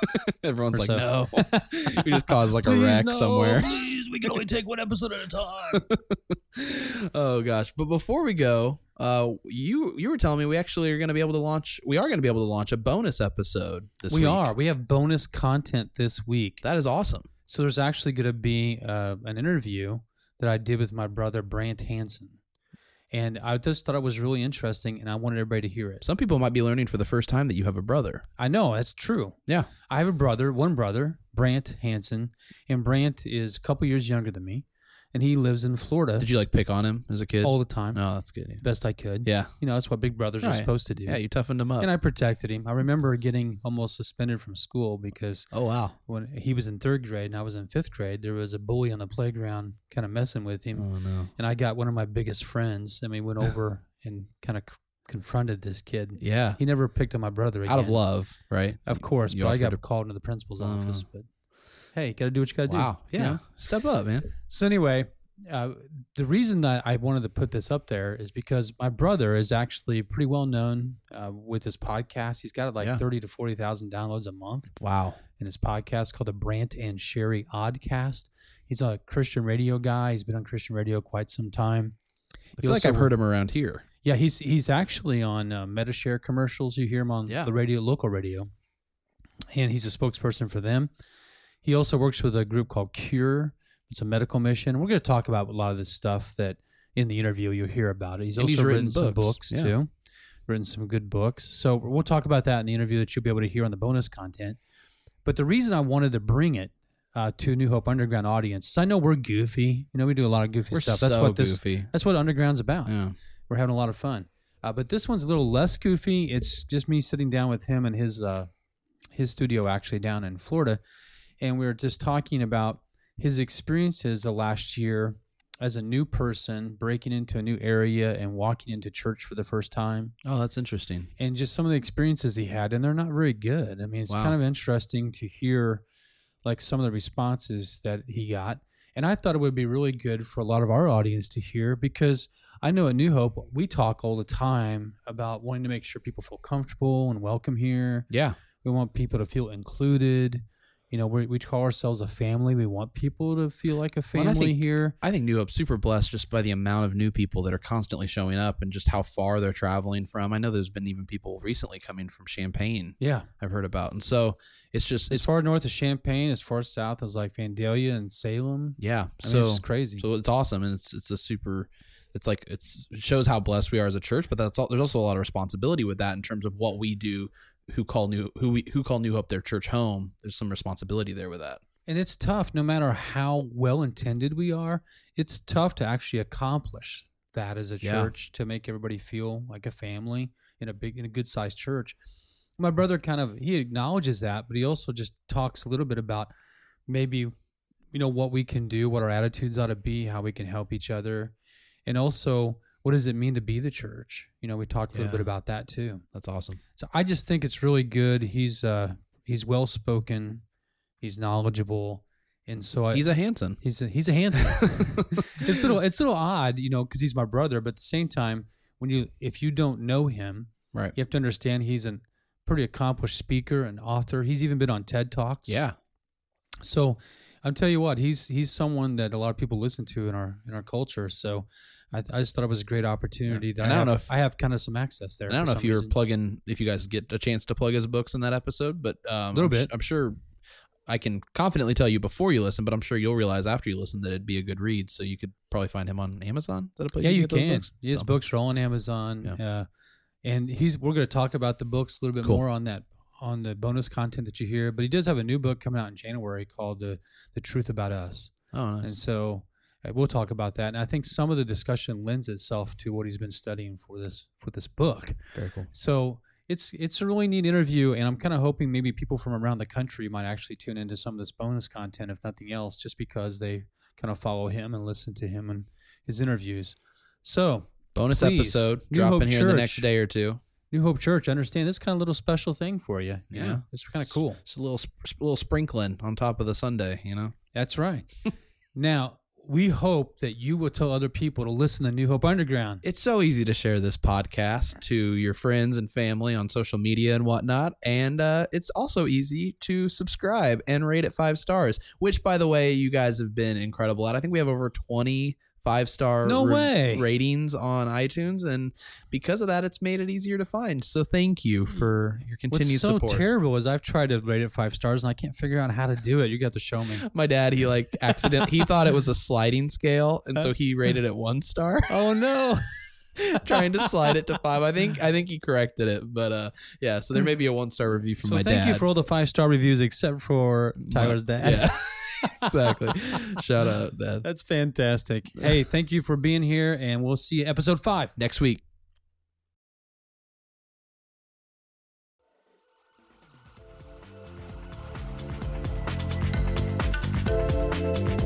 Speaker 3: Everyone's
Speaker 2: or
Speaker 3: like,
Speaker 2: so.
Speaker 3: no. <laughs> we just caused like a
Speaker 2: Please,
Speaker 3: wreck
Speaker 2: no,
Speaker 3: somewhere.
Speaker 2: Please, we can only take one episode at a time.
Speaker 3: <laughs> oh gosh! But before we go, uh, you you were telling me we actually are going to be able to launch. We are going to be able to launch a bonus episode <laughs> this
Speaker 2: we
Speaker 3: week.
Speaker 2: are. We have bonus content this week.
Speaker 3: That is awesome.
Speaker 2: So there's actually going to be uh, an interview that I did with my brother Brant Hansen, and I just thought it was really interesting, and I wanted everybody to hear it.
Speaker 3: Some people might be learning for the first time that you have a brother.
Speaker 2: I know that's true.
Speaker 3: Yeah.
Speaker 2: I have a brother, one brother, Brant Hansen, and Brant is a couple years younger than me, and he lives in Florida.
Speaker 3: Did you like pick on him as a kid?
Speaker 2: all the time?
Speaker 3: No, that's good. yeah.
Speaker 2: Best I could.
Speaker 3: Yeah.
Speaker 2: You know, that's what big brothers are
Speaker 3: Right.
Speaker 2: supposed to do. Uh,
Speaker 3: Yeah, you toughened him up.
Speaker 2: And I protected him. I remember getting almost suspended from school because
Speaker 3: oh wow,
Speaker 2: when he was in third grade and I was in fifth grade, there was a bully on the playground kind of messing with him.
Speaker 3: Oh no!
Speaker 2: And I got one of my biggest friends, and we
Speaker 3: <laughs>
Speaker 2: went over and kind of c- confronted this kid.
Speaker 3: Yeah.
Speaker 2: he never picked on my brother again.
Speaker 3: Out of love, right?
Speaker 2: Of course,
Speaker 3: You
Speaker 2: but I
Speaker 3: offered
Speaker 2: got
Speaker 3: to-
Speaker 2: called into the principal's
Speaker 3: Oh.
Speaker 2: office. But hey, got to do what you got to do.
Speaker 3: Wow.
Speaker 2: you
Speaker 3: Yeah.
Speaker 2: know?
Speaker 3: Step up, man.
Speaker 2: So anyway, uh, the reason that I wanted to put this up there is because my brother is actually pretty well known uh, with his podcast. He's got like
Speaker 3: Yeah.
Speaker 2: thirty to forty thousand downloads a month
Speaker 3: Wow.
Speaker 2: in his podcast called the Brant and Sherry Oddcast. He's a Christian radio guy. He's been on Christian radio quite some time.
Speaker 3: I feel like I've heard him around here.
Speaker 2: Yeah, he's he's actually on uh, Metashare commercials. You hear him on
Speaker 3: Yeah.
Speaker 2: the radio, local radio, and he's a spokesperson for them. He also works with a group called Cure. It's a medical mission. We're going to talk about a lot of this stuff that in the interview you'll hear about it. He's
Speaker 3: And
Speaker 2: also
Speaker 3: he's
Speaker 2: written,
Speaker 3: written
Speaker 2: some
Speaker 3: books.
Speaker 2: books
Speaker 3: Yeah.
Speaker 2: too, written some good books. So we'll talk about that in the interview that you'll be able to hear on the bonus content. But the reason I wanted to bring it uh, to New Hope Underground audience, is I know we're goofy. You know, we do a lot of goofy
Speaker 3: We're
Speaker 2: stuff. That's
Speaker 3: so
Speaker 2: what this.
Speaker 3: goofy.
Speaker 2: That's what Underground's about.
Speaker 3: Yeah.
Speaker 2: We're having a lot of fun. Uh, but this one's a little less goofy. It's just me sitting down with him and his uh, his studio actually down in Florida, and we were just talking about his experiences the last year as a new person breaking into a new area and walking into church for the first time
Speaker 3: Oh, that's interesting.
Speaker 2: and just some of the experiences he had, and they're not very good. I mean, it's
Speaker 3: Wow.
Speaker 2: kind of interesting to hear like some of the responses that he got. And I thought it would be really good for a lot of our audience to hear because I know at New Hope, we talk all the time about wanting to make sure people feel comfortable and welcome here.
Speaker 3: Yeah.
Speaker 2: We want people to feel included. You know, we, we call ourselves a family. We want people to feel like a
Speaker 3: Well,
Speaker 2: family
Speaker 3: and I think,
Speaker 2: here.
Speaker 3: I think New Hope's super blessed just by the amount of new people that are constantly showing up and just how far they're traveling from. I know there's been even people recently coming from Champagne.
Speaker 2: Yeah.
Speaker 3: I've heard about. And so it's just
Speaker 2: As far north as Champaign, as far south as like Vandalia and Salem.
Speaker 3: Yeah,
Speaker 2: I
Speaker 3: so
Speaker 2: mean, it's crazy.
Speaker 3: So it's awesome, and it's it's a super. It's like it's it shows how blessed we are as a church, but that's all. There's also a lot of responsibility with that in terms of what we do, who call new who we who call New Hope their church home. There's some responsibility there with that.
Speaker 2: And it's tough, no matter how well intended we are, it's tough to actually accomplish that as a
Speaker 3: Yeah.
Speaker 2: church to make everybody feel like a family in a big in a good sized church. My brother kind of he acknowledges that, but he also just talks a little bit about maybe you know what we can do, what our attitudes ought to be, how we can help each other, and also what does it mean to be the church? You know, we talked a little bit
Speaker 3: Yeah.
Speaker 2: about that too.
Speaker 3: That's awesome.
Speaker 2: So I just think it's really good. He's uh he's well spoken, he's knowledgeable, and so I,
Speaker 3: He's a Hanson.
Speaker 2: He's a, he's a
Speaker 3: <laughs>
Speaker 2: Hanson. it's a little it's a little odd, you know, because he's my brother, but at the same time, when you if you don't know him,
Speaker 3: right,
Speaker 2: you have to understand he's a pretty accomplished speaker and author. He's even been on TED Talks.
Speaker 3: Yeah.
Speaker 2: So I'll tell you what, he's he's someone that a lot of people listen to in our in our culture. So. I, I just thought it was a great opportunity. That
Speaker 3: And
Speaker 2: I,
Speaker 3: I
Speaker 2: have,
Speaker 3: don't know if-
Speaker 2: I have kind of some access there.
Speaker 3: And I don't
Speaker 2: for
Speaker 3: know if
Speaker 2: some
Speaker 3: you were
Speaker 2: reason.
Speaker 3: plugging, if you guys get a chance to plug his books in that episode, but um,
Speaker 2: Little
Speaker 3: I'm su-
Speaker 2: bit.
Speaker 3: I'm sure I can confidently tell you before you listen, but I'm sure you'll realize after you listen that it'd be a good read. So you could probably find him on Amazon. Is that a place?
Speaker 2: yeah, you
Speaker 3: get those
Speaker 2: can.
Speaker 3: books?
Speaker 2: His
Speaker 3: So-
Speaker 2: books are all on Amazon, uh, and he's. We're going to talk about the books a little bit
Speaker 3: Cool.
Speaker 2: more on that on the bonus content that you hear. But he does have a new book coming out in January called "The The Truth About Us."
Speaker 3: Oh, nice.
Speaker 2: and so uh, we'll talk about that. And I think some of the discussion lends itself to what he's been studying for this for this book.
Speaker 3: Very cool.
Speaker 2: So it's it's a really neat interview, and I'm kind of hoping maybe people from around the country might actually tune into some of this bonus content, if nothing else, just because they kind of follow him and listen to him and his interviews. So
Speaker 3: Bonus
Speaker 2: please,
Speaker 3: episode
Speaker 2: New Hope
Speaker 3: dropping here in the
Speaker 2: Church-
Speaker 3: next day or two.
Speaker 2: New Hope Church, I understand this is kind of a little special thing for you. you
Speaker 3: Yeah.
Speaker 2: know? it's kind of cool.
Speaker 3: Just a little sp- little sprinkling on top of the Sunday, you know.
Speaker 2: That's right. now we hope that you will tell other people to listen to New Hope Underground.
Speaker 3: It's so easy to share this podcast to your friends and family on social media and whatnot. And uh, it's also easy to subscribe and rate it five stars, which, by the way, you guys have been incredible at. I think we have over 20 five star
Speaker 2: No way.
Speaker 3: ratings on iTunes. And because of that, it's made it easier to find. So thank you for your continued
Speaker 2: What's so
Speaker 3: support.
Speaker 2: terrible is I've tried to rate it five stars and I can't figure out how to do it. You got to show me.
Speaker 3: My dad, he like accident. he thought it was a sliding scale, and so he rated it one star. <laughs>
Speaker 2: Oh no!
Speaker 3: trying to slide it to five. I think I think he corrected it, but uh, yeah. So there may be a one star review from
Speaker 2: So
Speaker 3: my
Speaker 2: thank
Speaker 3: dad.
Speaker 2: you for all the five star reviews except for Tyler's dad.
Speaker 3: <laughs> Yeah, exactly. Shout out,
Speaker 2: <laughs>
Speaker 3: Dad.
Speaker 2: That's fantastic. Hey, thank you for being here, and we'll see you episode five
Speaker 3: next week.
Speaker 12: Thank you.